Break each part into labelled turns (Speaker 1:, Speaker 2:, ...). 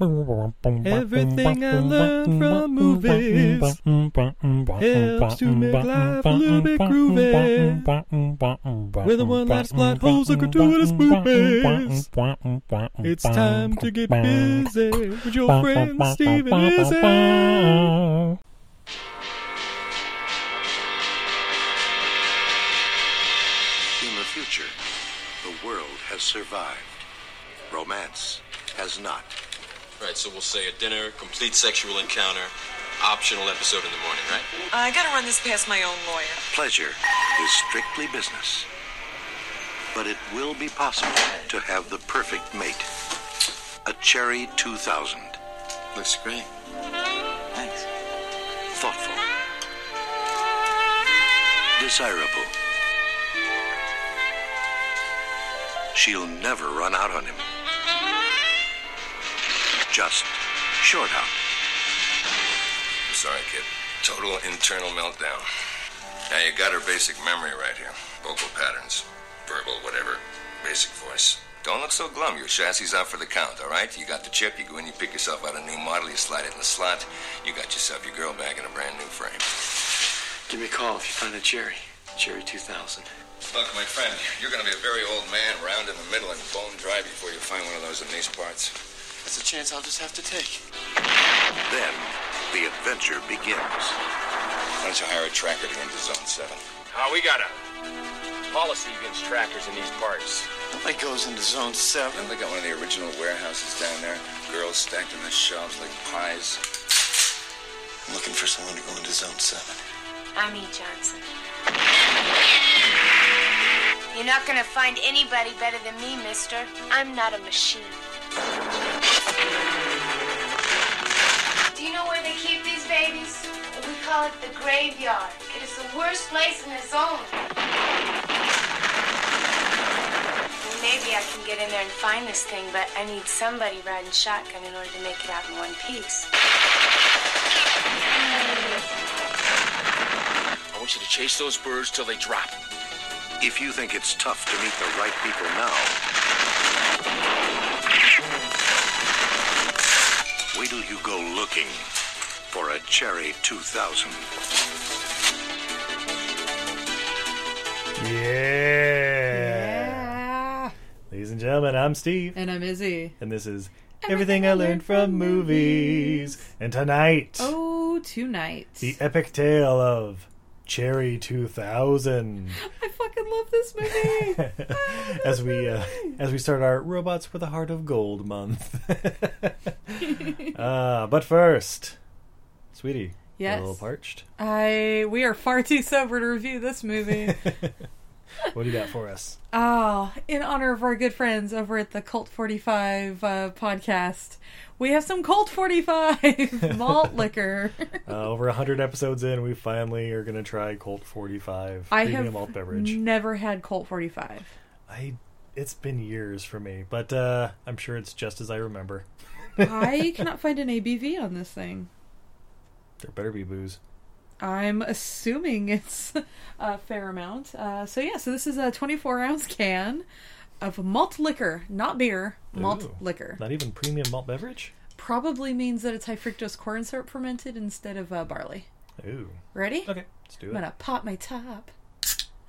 Speaker 1: Everything I learned from movies helps to make life a little bit groovy. With a one last plot holes of gratuitous movies. It's time to get busy with your friend Steven Izzy.
Speaker 2: In the future, the world has survived. Romance has not.
Speaker 3: Right, so we'll say a dinner, complete sexual encounter, optional episode in the morning, right?
Speaker 4: I gotta run this past my own lawyer.
Speaker 2: Pleasure is strictly business. But it will be possible to have the perfect mate. A Cherry 2000.
Speaker 3: Looks great.
Speaker 2: Thanks. Thoughtful. Desirable. She'll never run out on him. Just short out.
Speaker 3: I'm sorry, kid. Total internal meltdown. Now you got her basic memory right here. Vocal patterns, verbal, whatever, basic voice. Don't look so glum. Your chassis out for the count, all right? You got the chip, you go in, you pick yourself out a new model, you slide it in the slot, you got yourself your girl back in a brand new frame.
Speaker 5: Give me a call if you find a Jerry. Jerry 2000.
Speaker 3: Look, my friend, you're gonna be a very old man, round in the middle and bone dry before you find one of those in these parts.
Speaker 5: That's a chance I'll just have to take.
Speaker 2: Then the adventure begins.
Speaker 3: Why don't you hire a tracker to enter zone seven?
Speaker 6: Oh, we got a policy against trackers in these parts.
Speaker 5: Nobody goes into Zone 7.
Speaker 3: Remember they got one of the original warehouses down there? Girls stacked on the shelves like pies.
Speaker 5: I'm looking for someone to go into Zone 7.
Speaker 7: I'm E. Johnson. You're not gonna find anybody better than me, mister. I'm not a machine. Do you know where they keep these babies? We call it the graveyard. It is the worst place in the zone. Maybe I can get in there and find this thing, but I need somebody riding shotgun in order to make it out in one piece.
Speaker 6: I want you to chase those birds till they drop.
Speaker 2: If you think it's tough to meet the right people now, wait till you go looking for a Cherry 2000.
Speaker 8: Yeah. Ladies and gentlemen, I'm Steve,
Speaker 9: And I'm Izzy.
Speaker 8: and this is Everything, I Learned from Movies. And tonight,
Speaker 9: Oh, tonight.
Speaker 8: the epic tale of Cherry 2000.
Speaker 9: I fucking love this movie.
Speaker 8: as we uh, as we start our robots with a heart of gold month. uh, but first, sweetie, you're
Speaker 9: Yes.
Speaker 8: a little parched.
Speaker 9: I we are far too sober to review this movie.
Speaker 8: What do you got for us?
Speaker 9: Ah, in honor of our good friends over at the Cult 45 uh, podcast, we have some Cult 45 malt liquor.
Speaker 8: Uh, over hundred episodes in, we finally are gonna try Colt 45
Speaker 9: I
Speaker 8: premium
Speaker 9: have
Speaker 8: malt beverage.
Speaker 9: never had Colt 45.
Speaker 8: I it's been years for me, but uh, I'm sure it's just as I remember.
Speaker 9: I cannot find an ABV on this thing.
Speaker 8: There better be booze.
Speaker 9: I'm assuming it's a fair amount. Uh, so yeah, so this is a 24 ounce can of malt liquor, not beer, malt
Speaker 8: Ooh.
Speaker 9: liquor.
Speaker 8: Not even premium malt beverage.
Speaker 9: Probably means that it's high fructose corn syrup fermented instead of uh, barley.
Speaker 8: Ooh.
Speaker 9: Ready?
Speaker 8: Okay, let's do
Speaker 9: I'm
Speaker 8: it.
Speaker 9: gonna pop my top.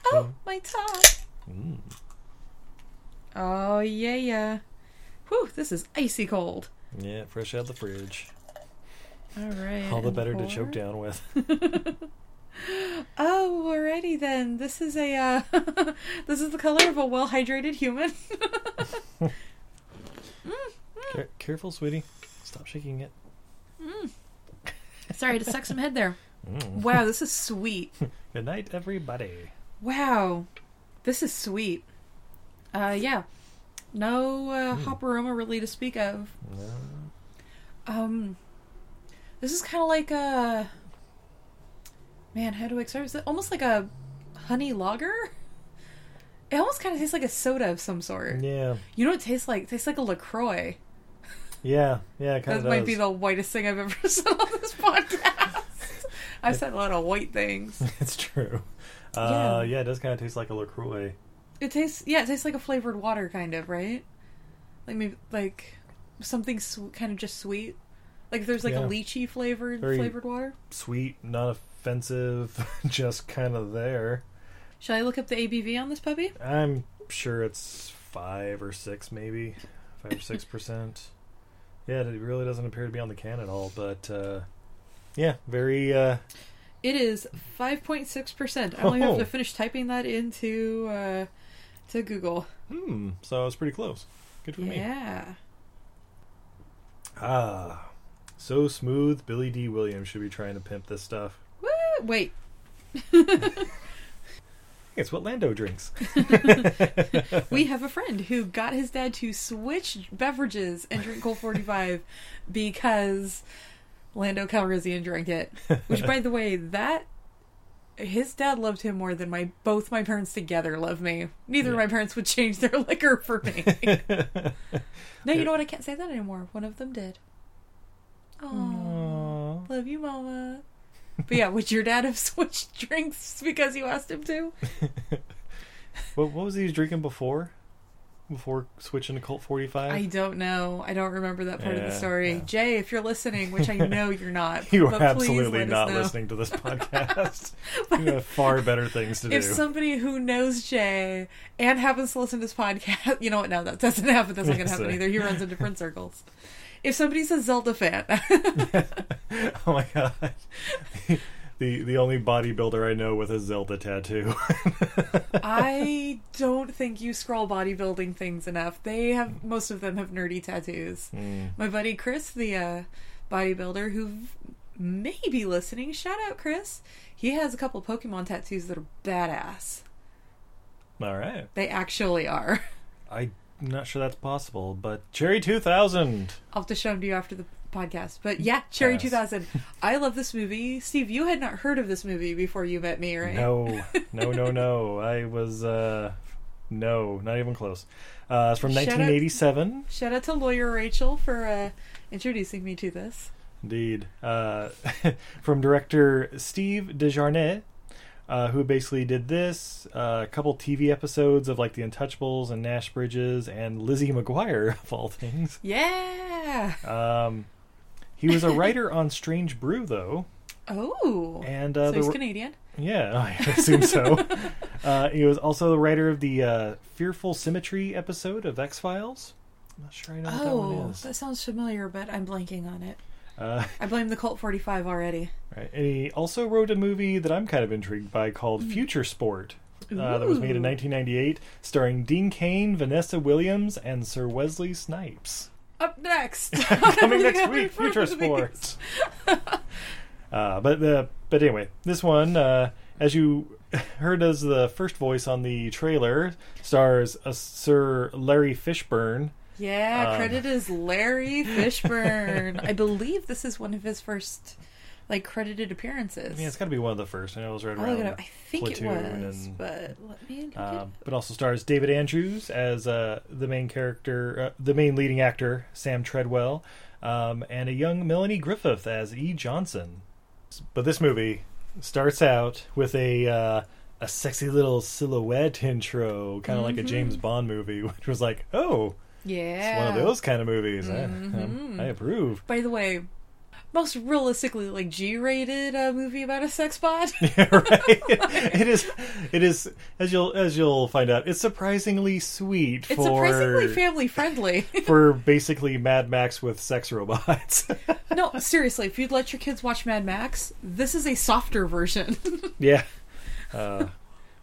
Speaker 9: Oh, my top. Oh yeah, yeah. Whew, this is icy cold.
Speaker 8: Yeah, fresh out of the fridge.
Speaker 9: All right.
Speaker 8: All the
Speaker 9: and
Speaker 8: better to
Speaker 9: pour.
Speaker 8: choke down with.
Speaker 9: Oh, alrighty then. This is a uh, this is the color of a well hydrated human. Mm, mm,
Speaker 8: Care- careful, sweetie. Stop shaking it.
Speaker 9: Mm. Sorry to suck some head there.
Speaker 8: Mm.
Speaker 9: Wow, this is sweet.
Speaker 8: Good night, everybody.
Speaker 9: Wow, this is sweet. Uh, yeah, no uh,
Speaker 8: Mm.
Speaker 9: hopperoma really to speak of.
Speaker 8: No.
Speaker 9: Um, this is kind of like a man. How do I describe it? Almost like a honey lager. It almost kind of tastes like a soda of some sort.
Speaker 8: Yeah,
Speaker 9: You know what it tastes like? It tastes like a Lacroix.
Speaker 8: yeah, yeah. It kind
Speaker 9: That
Speaker 8: of
Speaker 9: might be the whitest thing I've ever said on this podcast. I've said a lot of white things.
Speaker 8: it's true.
Speaker 9: Yeah.
Speaker 8: Uh, yeah. it does kind of taste like a Lacroix.
Speaker 9: It tastes yeah, it tastes like a flavored water kind of, right? Like maybe like something sw- kind of just sweet. Like if there's like
Speaker 8: Yeah.
Speaker 9: a lychee flavored
Speaker 8: Very-
Speaker 9: flavored water.
Speaker 8: Sweet, not offensive, just kind of there.
Speaker 9: Shall I look up the ABV on this puppy?
Speaker 8: I'm sure it's five or six, maybe five or six percent. Yeah, it really doesn't appear to be on the can at all. But uh, yeah, very. Uh,
Speaker 9: It is 5.6%. I only have
Speaker 8: Oh.
Speaker 9: to finish typing that into uh to Google.
Speaker 8: hmm. So it's pretty close. Good for me.
Speaker 9: Yeah.
Speaker 8: Ah, so smooth. Billy D. Williams should be trying to pimp this stuff.
Speaker 9: Woo! Wait.
Speaker 8: It's what Lando drinks.
Speaker 9: We have a friend who got his dad to switch beverages and drink Colt 45 because Lando Calrissian drank it. Which, by the way, that his dad loved him more than my both my parents together love me. Neither of my parents would change their liquor for me. no, you know what? I can't say that anymore. One of them did. Oh, love you, mama. But yeah, would your dad have switched drinks because you asked him to?
Speaker 8: What, what was he drinking before? Before switching to Colt 45?
Speaker 9: I don't know. I don't remember that part of the
Speaker 8: Yeah,
Speaker 9: story.
Speaker 8: yeah.
Speaker 9: Jay, if you're listening, which I know you're not,
Speaker 8: you
Speaker 9: but
Speaker 8: are
Speaker 9: please
Speaker 8: absolutely
Speaker 9: let us
Speaker 8: not
Speaker 9: know.
Speaker 8: listening to this podcast. you have far better things to
Speaker 9: If
Speaker 8: do.
Speaker 9: somebody who knows Jay and happens to listen to this podcast, you know what? No, that doesn't happen. That's not going to happen
Speaker 8: Sorry.
Speaker 9: either. He runs in different circles. If somebody's a Zelda fan,
Speaker 8: oh my god. the the only bodybuilder I know with a Zelda tattoo.
Speaker 9: I don't think you scroll bodybuilding things enough. They have most of them have nerdy tattoos.
Speaker 8: Hmm.
Speaker 9: My buddy Chris, the uh, bodybuilder who may be listening, shout out Chris. He has a couple Pokemon tattoos that are badass.
Speaker 8: All right.
Speaker 9: They actually are.
Speaker 8: I'm not sure that's possible, but Cherry 2000.
Speaker 9: I'll have to show them to you after the podcast. But yeah, Cherry
Speaker 8: Yes.
Speaker 9: 2000. I love this movie. Steve, you had not heard of this movie before you met me, right?
Speaker 8: No, no, no, no. I was uh no, not even close. Uh, it's from
Speaker 9: Shut up.
Speaker 8: 1987.
Speaker 9: Shout out to lawyer Rachel for uh, introducing me to this.
Speaker 8: Indeed. Uh, from director Steve Desjarnais, uh, who basically did this, uh, a couple TV episodes of like The Untouchables and Nash Bridges and Lizzie McGuire, of all things.
Speaker 9: Yeah.
Speaker 8: Um, he was a writer on Strange Brew, though.
Speaker 9: Oh.
Speaker 8: And, uh,
Speaker 9: so he's
Speaker 8: there were-
Speaker 9: Canadian.
Speaker 8: Yeah, I assume so. uh, he was also the writer of the uh, Fearful Symmetry episode of X Files. I'm not sure I know what that one
Speaker 9: Oh,
Speaker 8: is.
Speaker 9: that sounds familiar, but I'm blanking on it.
Speaker 8: Uh,
Speaker 9: I blame the Colt 45 already.
Speaker 8: Right. And he also wrote a movie that I'm kind of intrigued by called Future Sport. Uh, that was made in
Speaker 9: Hmm. Ooh.
Speaker 8: 1998, starring Dean Kane, Vanessa Williams, and Sir Wesley Snipes.
Speaker 9: Up next.
Speaker 8: Coming next
Speaker 9: Everything
Speaker 8: week,
Speaker 9: in front
Speaker 8: Future
Speaker 9: of me.
Speaker 8: Sport. uh, but uh, but anyway, this one, uh, as you heard as the first voice on the trailer, stars a Sir Larry Fishburne.
Speaker 9: Yeah,
Speaker 8: Um.
Speaker 9: credit is Larry Fishburne. I believe this is one of his first, like, credited appearances.
Speaker 8: Yeah, it's got to be one of the first. I know it was right
Speaker 9: I'll
Speaker 8: around.
Speaker 9: look it up. Oh I think
Speaker 8: Platoon
Speaker 9: it was,
Speaker 8: and-
Speaker 9: but let me look it
Speaker 8: Um,
Speaker 9: up.
Speaker 8: but also stars David Andrews as uh, the main character, uh, the main leading actor, Sam Treadwell, um, and a young Melanie Griffith as E. Johnson. But this movie starts out with a uh, a sexy little silhouette intro, kind of like
Speaker 9: Mm-hmm.
Speaker 8: a James Bond movie, which was like, oh,
Speaker 9: Yeah. Mm-hmm.
Speaker 8: it's one of those kind of movies. I- um, I, approve.
Speaker 9: By the way, most realistically, like, G-rated uh, movie about a sex bot.
Speaker 8: right? it is. It is as you'll as you'll find out. It's surprisingly sweet.
Speaker 9: it's
Speaker 8: for...
Speaker 9: surprisingly family friendly.
Speaker 8: for basically Mad Max with sex robots.
Speaker 9: No, seriously, if you'd let your kids watch Mad Max, this is a softer version. this
Speaker 8: yeah. Uh,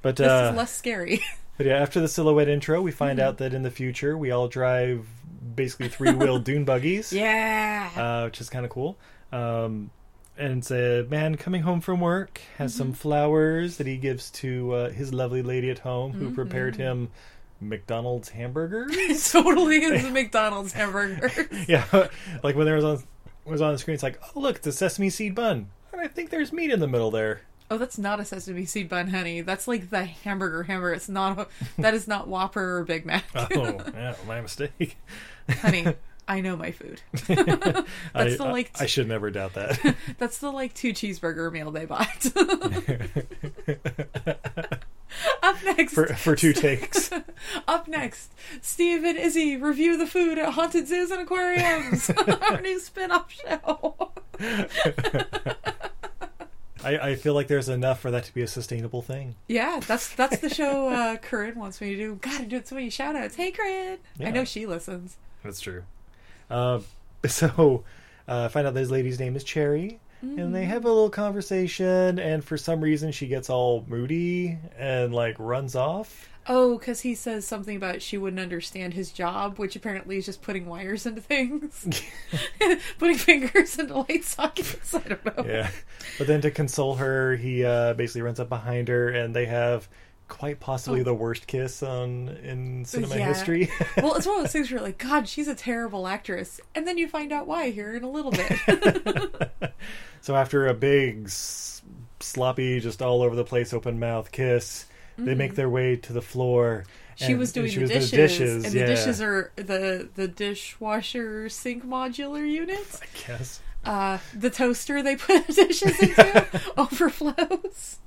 Speaker 8: but
Speaker 9: is
Speaker 8: uh,
Speaker 9: less Mm-hmm. scary.
Speaker 8: but yeah, after the silhouette intro, we find out that in the future we all drive basically three wheel dune buggies.
Speaker 9: Yeah.
Speaker 8: Uh, which is kind of cool. Um, and it's a man coming home from work has
Speaker 9: Mm-hmm.
Speaker 8: some flowers that he gives to uh, his lovely lady at home who prepared
Speaker 9: Mm-hmm.
Speaker 8: him McDonald's hamburger.
Speaker 9: It totally is a McDonald's hamburger.
Speaker 8: yeah, like when there was on was on the screen, it's like, oh look, it's a sesame seed bun, and I think there's meat in the middle there.
Speaker 9: Oh, that's not a sesame seed bun, honey. That's like the hamburger hamburger. It's not a, that is not Whopper or Big Mac,
Speaker 8: Oh, yeah, my mistake.
Speaker 9: honey. I know my food.
Speaker 8: I,
Speaker 9: the,
Speaker 8: I-
Speaker 9: like,
Speaker 8: I should never doubt that.
Speaker 9: That's the like two cheeseburger meal they bought. Up next,
Speaker 8: for for two takes.
Speaker 9: Up next, Steve and Izzy review the food at haunted zoos and aquariums. Our new spin-off show.
Speaker 8: I, I feel like there's enough for that to be a sustainable thing.
Speaker 9: yeah, that's that's the show uh, Corinne wants me to do. Gotta do it so many shout-outs. Hey, Corinne. I
Speaker 8: Yeah.
Speaker 9: know she listens.
Speaker 8: That's true. Uh, so uh, find out this lady's name is Cherry, and
Speaker 9: Mm.
Speaker 8: they have a little conversation. And for some reason, she gets all moody and like runs off.
Speaker 9: Oh, because he says something about she wouldn't understand his job, which apparently is just putting wires into things, putting fingers into light sockets. I don't know.
Speaker 8: Yeah, but then to console her, he uh, basically runs up behind her, and they have quite possibly the worst kiss on in cinema
Speaker 9: Oh. Yeah.
Speaker 8: history.
Speaker 9: well, it's one of those things where you're like, God, she's a terrible actress, and then you find out why here in a little bit.
Speaker 8: So after a big, s- sloppy, just all over the place, open mouth kiss, they make their way to the floor.
Speaker 9: Mm-hmm. she was doing the dishes, and the dishes are the the dishwasher sink modular unit.
Speaker 8: Yes.
Speaker 9: Uh, the toaster they put the dishes into overflows.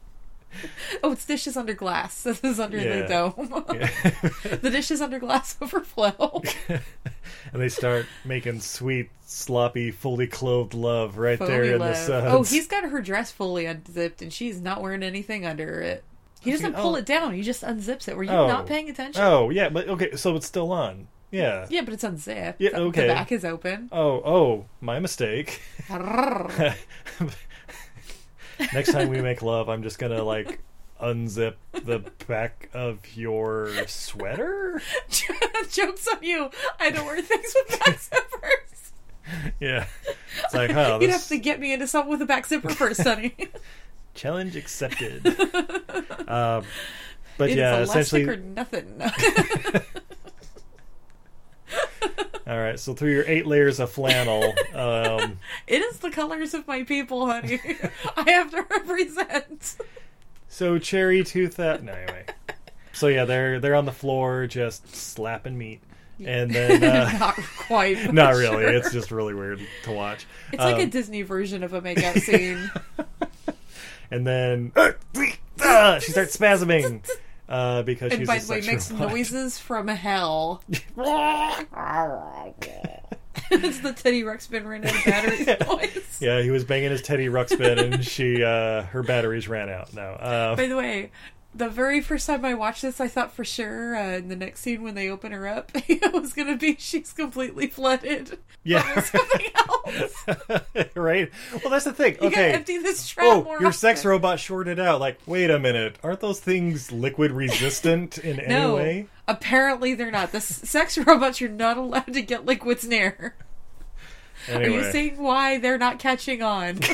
Speaker 9: Oh, it's dishes under glass. This is under
Speaker 8: Yeah.
Speaker 9: the dome. the dishes under glass overflow.
Speaker 8: and they start making sweet, sloppy, fully clothed love right there
Speaker 9: Fully
Speaker 8: in the
Speaker 9: low.
Speaker 8: sun.
Speaker 9: Oh, he's got her dress fully unzipped, and she's not wearing anything under it. He doesn't
Speaker 8: oh.
Speaker 9: pull it down. He just unzips it. Were you
Speaker 8: Oh.
Speaker 9: not paying attention?
Speaker 8: Oh yeah, but okay, so it's still on. Yeah.
Speaker 9: Yeah, but it's unzipped.
Speaker 8: Yeah, okay.
Speaker 9: The back is open.
Speaker 8: Oh, oh, my mistake. Next time we make love, I'm just gonna like unzip the back of your sweater.
Speaker 9: Joke's on you. I don't wear things with back zippers.
Speaker 8: Yeah. It's like, huh,
Speaker 9: You'd
Speaker 8: this-
Speaker 9: have to get me into something with a back zipper first, honey.
Speaker 8: Challenge accepted. um, but
Speaker 9: it's
Speaker 8: yeah,
Speaker 9: elastic
Speaker 8: essentially.
Speaker 9: or nothing.
Speaker 8: All right, so through your eight layers of flannel, um,
Speaker 9: it is the colors of my people, honey. I have to represent.
Speaker 8: so cherry tooth that. No, anyway. So yeah, they're they're on the floor just slapping meat, and then uh,
Speaker 9: Not quite. but
Speaker 8: not really.
Speaker 9: sure.
Speaker 8: It's just really weird to watch.
Speaker 9: It's like a
Speaker 8: Um,
Speaker 9: Disney version of a makeout scene.
Speaker 8: and then Uh, ah, she starts spasming uh, because
Speaker 9: and
Speaker 8: she's
Speaker 9: by
Speaker 8: a
Speaker 9: the way,
Speaker 8: sex
Speaker 9: makes
Speaker 8: robot.
Speaker 9: noises from hell. it's the Teddy Ruxpin ran out of batteries noise.
Speaker 8: Yeah, he was banging his Teddy Ruxpin, and she uh, her batteries ran out. No, uh,
Speaker 9: By the way, the very first time I watched this, I thought for sure uh, in the next scene when they open her up, it was going to be she's completely flooded.
Speaker 8: yeah,
Speaker 9: Something else.
Speaker 8: right. Well, that's the thing.
Speaker 9: You
Speaker 8: okay,
Speaker 9: gotta empty this trap.
Speaker 8: Oh,
Speaker 9: more
Speaker 8: your sex
Speaker 9: often.
Speaker 8: robot shorted out. Like, wait a minute. Aren't those things liquid resistant in any
Speaker 9: No,
Speaker 8: way?
Speaker 9: apparently they're not. The s- sex robots you're not allowed to get liquids near.
Speaker 8: Anyway.
Speaker 9: Are you seeing why they're not catching on?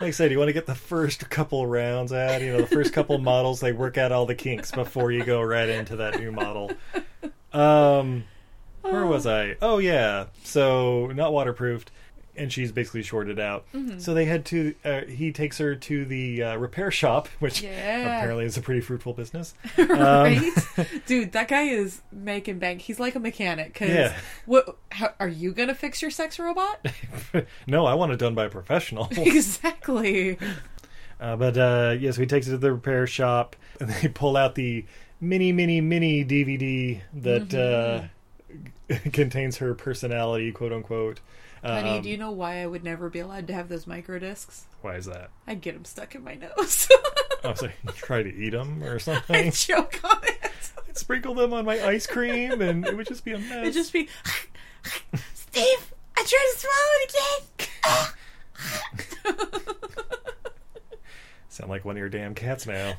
Speaker 8: Like I said, you want to get the first couple rounds out. You know, the first couple models, they work out all the kinks before you go right into that new model. Um, where was I? Oh, yeah. So, not waterproofed. And she's basically shorted out.
Speaker 9: Mm-hmm.
Speaker 8: So they head to, uh, he takes her to the uh, repair shop, which
Speaker 9: Yeah.
Speaker 8: apparently is a pretty fruitful business.
Speaker 9: right? Dude, that guy is making bank. He's like a mechanic. Cause
Speaker 8: Yeah.
Speaker 9: what? How, are you gonna fix your sex robot?
Speaker 8: no, I want it done by a professional.
Speaker 9: exactly.
Speaker 8: Uh, but uh, yes, we takes it to the repair shop, and they pull out the mini, mini, mini DVD that
Speaker 9: Mm-hmm.
Speaker 8: uh, contains her personality, quote unquote. Um,
Speaker 9: Honey, do you know why I would never be allowed to have those micro discs?
Speaker 8: Why is that?
Speaker 9: I'd get them stuck in my nose.
Speaker 8: Oh, sorry. Try to eat them or
Speaker 9: I'd
Speaker 8: something.
Speaker 9: choke on it.
Speaker 8: Sprinkle them on my ice cream, and it would just be a mess.
Speaker 9: It'd just be, Steve, I tried to swallow it again.
Speaker 8: Sound like one of your damn cats now.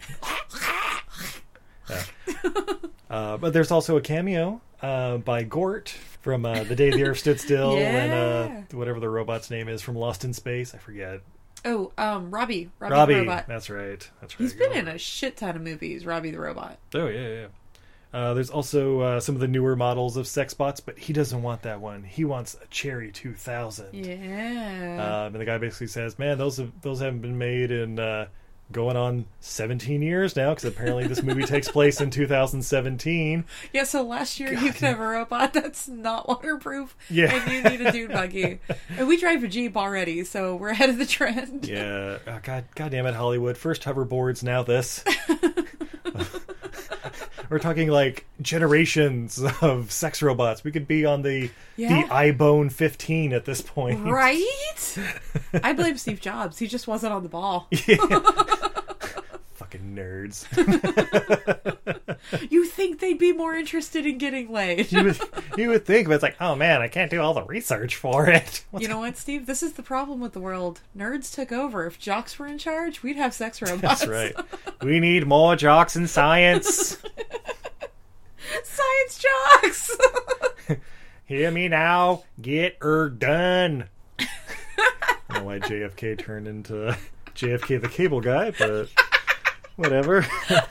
Speaker 8: Uh, but there's also a cameo uh, by Gort from uh, The Day the Earth Stood Still and uh, whatever the robot's name is from Lost in Space. I forget.
Speaker 9: Oh, um, Robbie, Robbie,
Speaker 8: Robbie.
Speaker 9: the robot.
Speaker 8: That's right. That's right.
Speaker 9: He's been in a shit ton of movies. Robbie the robot.
Speaker 8: Oh yeah, yeah. Uh, there's also uh, some of the newer models of Sexbots, but he doesn't want that one. He wants a Cherry 2000.
Speaker 9: Yeah.
Speaker 8: Um, and the guy basically says, "Man, those have, those haven't been made in uh, going on 17 years now, because apparently this movie takes place in 2017."
Speaker 9: yeah. So last year you could have a robot that's not waterproof.
Speaker 8: Yeah.
Speaker 9: And you need a dune buggy. and we drive a jeep already, so we're ahead of the trend.
Speaker 8: Yeah, oh, God, God damn it, Hollywood! First hoverboards, now this. We're talking like generations of sex robots. We could be on the
Speaker 9: Yeah.
Speaker 8: the iBone 15 at this point.
Speaker 9: Right? I blame Steve Jobs. He just wasn't on the ball.
Speaker 8: Fucking nerds.
Speaker 9: You think they'd be more interested in getting laid?
Speaker 8: you would you would think, but it's like, oh man, I can't do all the research for it.
Speaker 9: You know what, Steve? This is the problem with the world. Nerds took over. If jocks were in charge, we'd have sex robots.
Speaker 8: That's right. We need more jocks in science.
Speaker 9: Science jocks.
Speaker 8: Hear me now. Get her done. I don't know why JFK turned into JFK the cable guy, but whatever.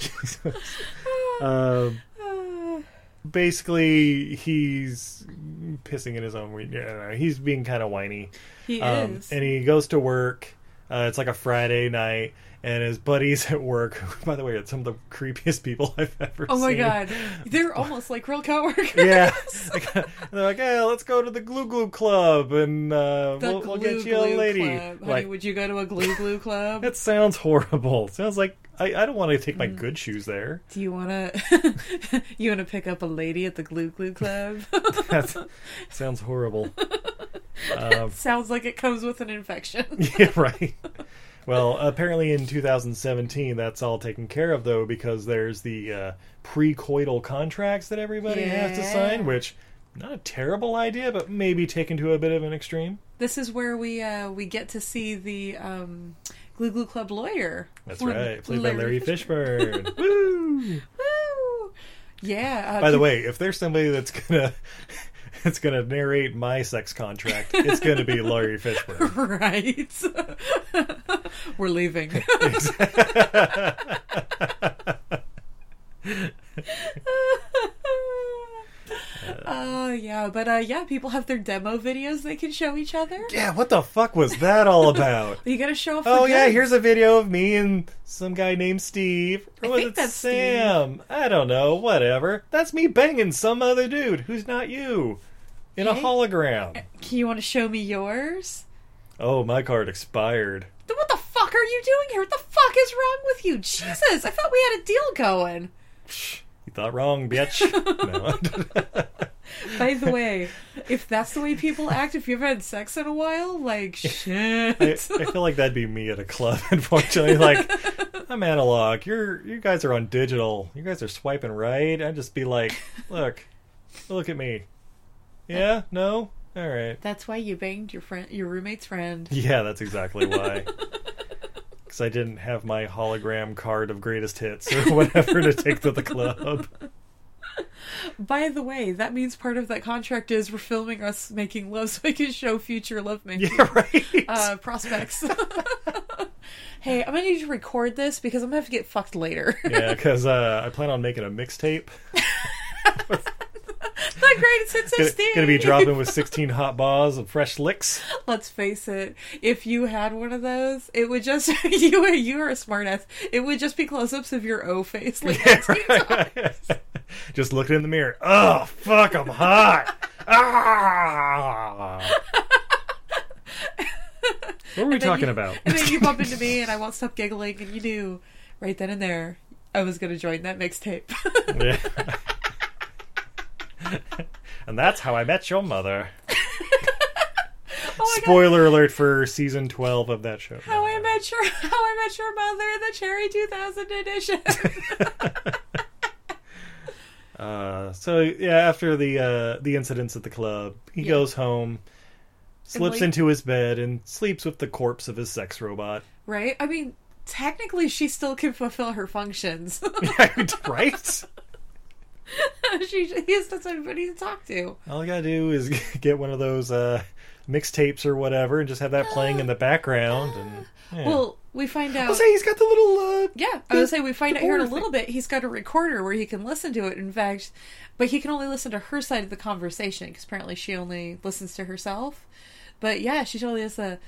Speaker 8: Jesus. Um, basically, he's pissing in his own. I don't know, he's being kind of whiny.
Speaker 9: he
Speaker 8: Um,
Speaker 9: is.
Speaker 8: and he goes to work. Uh, it's like a Friday night, and his buddies at work. who, By the way, it's some of the creepiest people I've ever.
Speaker 9: oh my
Speaker 8: seen.
Speaker 9: god, they're almost like real coworkers.
Speaker 8: Yeah, Like, they're like, "Hey, let's go to the Glue Glue Club, and uh,
Speaker 9: The
Speaker 8: we'll,
Speaker 9: glue
Speaker 8: we'll get you a
Speaker 9: glue
Speaker 8: lady."
Speaker 9: club. Honey,
Speaker 8: like
Speaker 9: would you go to a glue glue club?
Speaker 8: that sounds horrible. Sounds like I, I don't want to take my
Speaker 9: Mm.
Speaker 8: good shoes there.
Speaker 9: Do you wanna you wanna pick up a lady at the glue glue club?
Speaker 8: That sounds horrible.
Speaker 9: Sounds like it comes with an infection.
Speaker 8: yeah, right. Well, apparently in 2017, that's all taken care of though, because there's the uh, pre-coital contracts that everybody has to
Speaker 9: Yeah.
Speaker 8: sign, which not a terrible idea, but maybe taken to a bit of an extreme.
Speaker 9: This is where we uh, we get to see the um, Glue Glue Club lawyer.
Speaker 8: That's
Speaker 9: One-
Speaker 8: right, played by Larry Fishburne.
Speaker 9: Woo! Yeah. Uh,
Speaker 8: By the way, if there's somebody that's gonna that's gonna narrate my sex contract, it's gonna be Larry Fishburne.
Speaker 9: right. We're leaving. Oh yeah, but uh, yeah, people have their demo videos they can show each other.
Speaker 8: yeah, what the fuck was that all about?
Speaker 9: You gotta show off.
Speaker 8: Oh
Speaker 9: the
Speaker 8: yeah,
Speaker 9: goods.
Speaker 8: here's a video of me and some guy named Steve. Or was
Speaker 9: think
Speaker 8: it
Speaker 9: that's
Speaker 8: Sam? I don't know. Whatever. That's me banging some other dude who's not you in a
Speaker 9: Hey.
Speaker 8: hologram.
Speaker 9: You want to show me yours?
Speaker 8: Oh, my card expired.
Speaker 9: Then what the fuck are you doing here? What the fuck is wrong with you? Jesus, I thought we had a deal going.
Speaker 8: You thought wrong, bitch. no.
Speaker 9: By the way, if that's the way people act, if you haven't had sex in a while, like shit.
Speaker 8: I, I feel like that'd be me at a club. Unfortunately, like I'm analog. You're you guys are on digital. You guys are swiping right. I'd just be like, look, look at me. Yeah. No. All right.
Speaker 9: That's why you banged your friend, your roommate's friend.
Speaker 8: Yeah, that's exactly why. Because I didn't have my hologram card of greatest hits or whatever to take to the club.
Speaker 9: By the way, that means part of that contract is we're filming us making love so I can show future lovemaking
Speaker 8: Yeah, right.
Speaker 9: uh, prospects. hey, I'm gonna need to record this because I'm gonna have to get fucked later.
Speaker 8: yeah, because uh, I plan on making a mixtape.
Speaker 9: the greatest hits of
Speaker 8: Gonna,
Speaker 9: Steve.
Speaker 8: gonna be dropping with 16 hot bars and fresh licks.
Speaker 9: Let's face it, if you had one of those, it would just you. are- You are a smartass. It would just be close-ups of your O face. Like,
Speaker 8: Just looking in the mirror. Oh, fuck, I'm hot. Ah. What were we talking
Speaker 9: you-
Speaker 8: about?
Speaker 9: and then you bump into me, and I won't stop giggling, and you do right then and there. I was gonna join that mixtape.
Speaker 8: Yeah. and that's how I met your mother.
Speaker 9: oh my god.
Speaker 8: Spoiler alert for season 12 of that show.
Speaker 9: How I Met Your How I Met Your Mother, the Cherry 2000 edition.
Speaker 8: Uh, so yeah, after the uh, the incidents at the club, he
Speaker 9: Yeah.
Speaker 8: goes home, slips
Speaker 9: like-
Speaker 8: into his bed, and sleeps with the corpse of his sex robot.
Speaker 9: right? I mean, technically she still can fulfill her functions.
Speaker 8: right?
Speaker 9: she, he just doesn't have anybody to talk to.
Speaker 8: All you gotta do is get one of those uh, mixtapes or whatever, and just have that playing in the background. And yeah.
Speaker 9: Well, we find out.
Speaker 8: I'll say he's got the little. Uh,
Speaker 9: yeah, I
Speaker 8: the-
Speaker 9: would say we find
Speaker 8: the
Speaker 9: out here in a
Speaker 8: border
Speaker 9: little bit. He's got a recorder where he can listen to it. In fact, but he can only listen to her side of the conversation because apparently she only listens to herself. But yeah, she totally is a.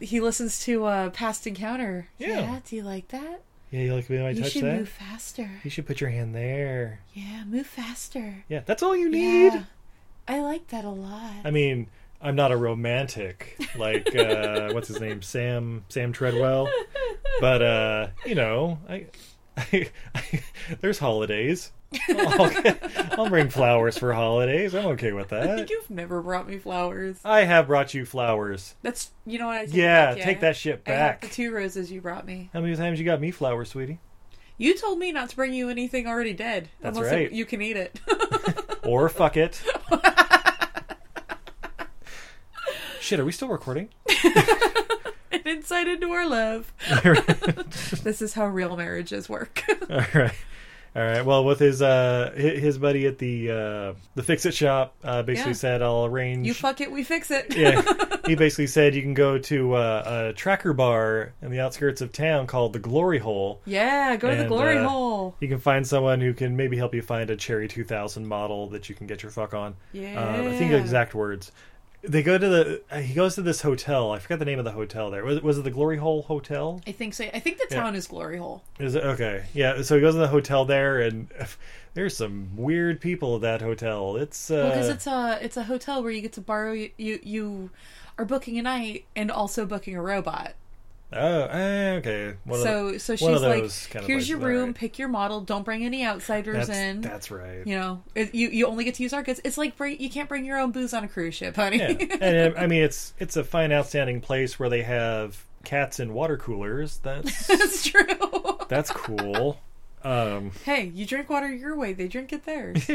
Speaker 9: He listens to uh, past encounter.
Speaker 8: Yeah.
Speaker 9: do you like that?
Speaker 8: yeah, you like the way I
Speaker 9: you
Speaker 8: touch
Speaker 9: should
Speaker 8: that?
Speaker 9: move faster.
Speaker 8: You should put your hand there.
Speaker 9: Yeah, move faster.
Speaker 8: Yeah, that's all you need.
Speaker 9: Yeah. I like that a lot.
Speaker 8: I mean, I'm not a romantic like uh, what's his name, Sam Sam Treadwell, but uh, you know, I, I, there's holidays. I'll, I'll bring flowers for holidays. I'm okay with that.
Speaker 9: You've never brought me flowers.
Speaker 8: I have brought you flowers.
Speaker 9: That's you know what I take
Speaker 8: Yeah,
Speaker 9: back,
Speaker 8: take that shit
Speaker 9: I have
Speaker 8: back.
Speaker 9: the two roses you brought me.
Speaker 8: How many times you got me flowers, sweetie?
Speaker 9: You told me not to bring you anything already dead.
Speaker 8: That's
Speaker 9: unless it-
Speaker 8: right.
Speaker 9: you can eat it.
Speaker 8: Or fuck it. Shit, are we still recording?
Speaker 9: An insight into our love. this is how real marriages work.
Speaker 8: All right. All right. Well, with his uh hi- his buddy at the uh the fix it shop uh basically
Speaker 9: Yeah.
Speaker 8: said I'll arrange
Speaker 9: you fuck it, we fix it.
Speaker 8: yeah. He basically said you can go to uh, a tracker bar in the outskirts of town called the Glory Hole.
Speaker 9: Yeah, go to the
Speaker 8: And,
Speaker 9: glory
Speaker 8: uh,
Speaker 9: hole.
Speaker 8: You can find someone who can maybe help you find a Cherry 2000 model that you can get your fuck on. Uh, I think
Speaker 9: Yeah.
Speaker 8: exact words. They go to the uh, he goes to this hotel. I forgot the name of the hotel there. Was it, was it the Glory Hole Hotel?
Speaker 9: I think so. I think the
Speaker 8: Yeah.
Speaker 9: town is glory hole.
Speaker 8: Is it okay? Yeah, so he goes to the hotel there and there's some weird people at that hotel. It's uh
Speaker 9: Well, because it's a it's a hotel where you get to borrow you, you you are booking a night and also booking a robot.
Speaker 8: Oh, eh, okay. One of
Speaker 9: so
Speaker 8: the-
Speaker 9: so
Speaker 8: one
Speaker 9: she's
Speaker 8: of
Speaker 9: like,
Speaker 8: those kind of
Speaker 9: here's your
Speaker 8: places, all
Speaker 9: room,
Speaker 8: right.
Speaker 9: pick your model, don't bring any outsiders
Speaker 8: That's,
Speaker 9: in.
Speaker 8: that's right.
Speaker 9: you know, it, you you only get to use our goods. It's like bring, you can't bring your own booze on a cruise ship, honey.
Speaker 8: Yeah. and um, I mean it's it's a fine, outstanding place where they have cats and water coolers. That's
Speaker 9: That's true.
Speaker 8: that's cool. Um,
Speaker 9: hey, you drink water your way, they drink it theirs.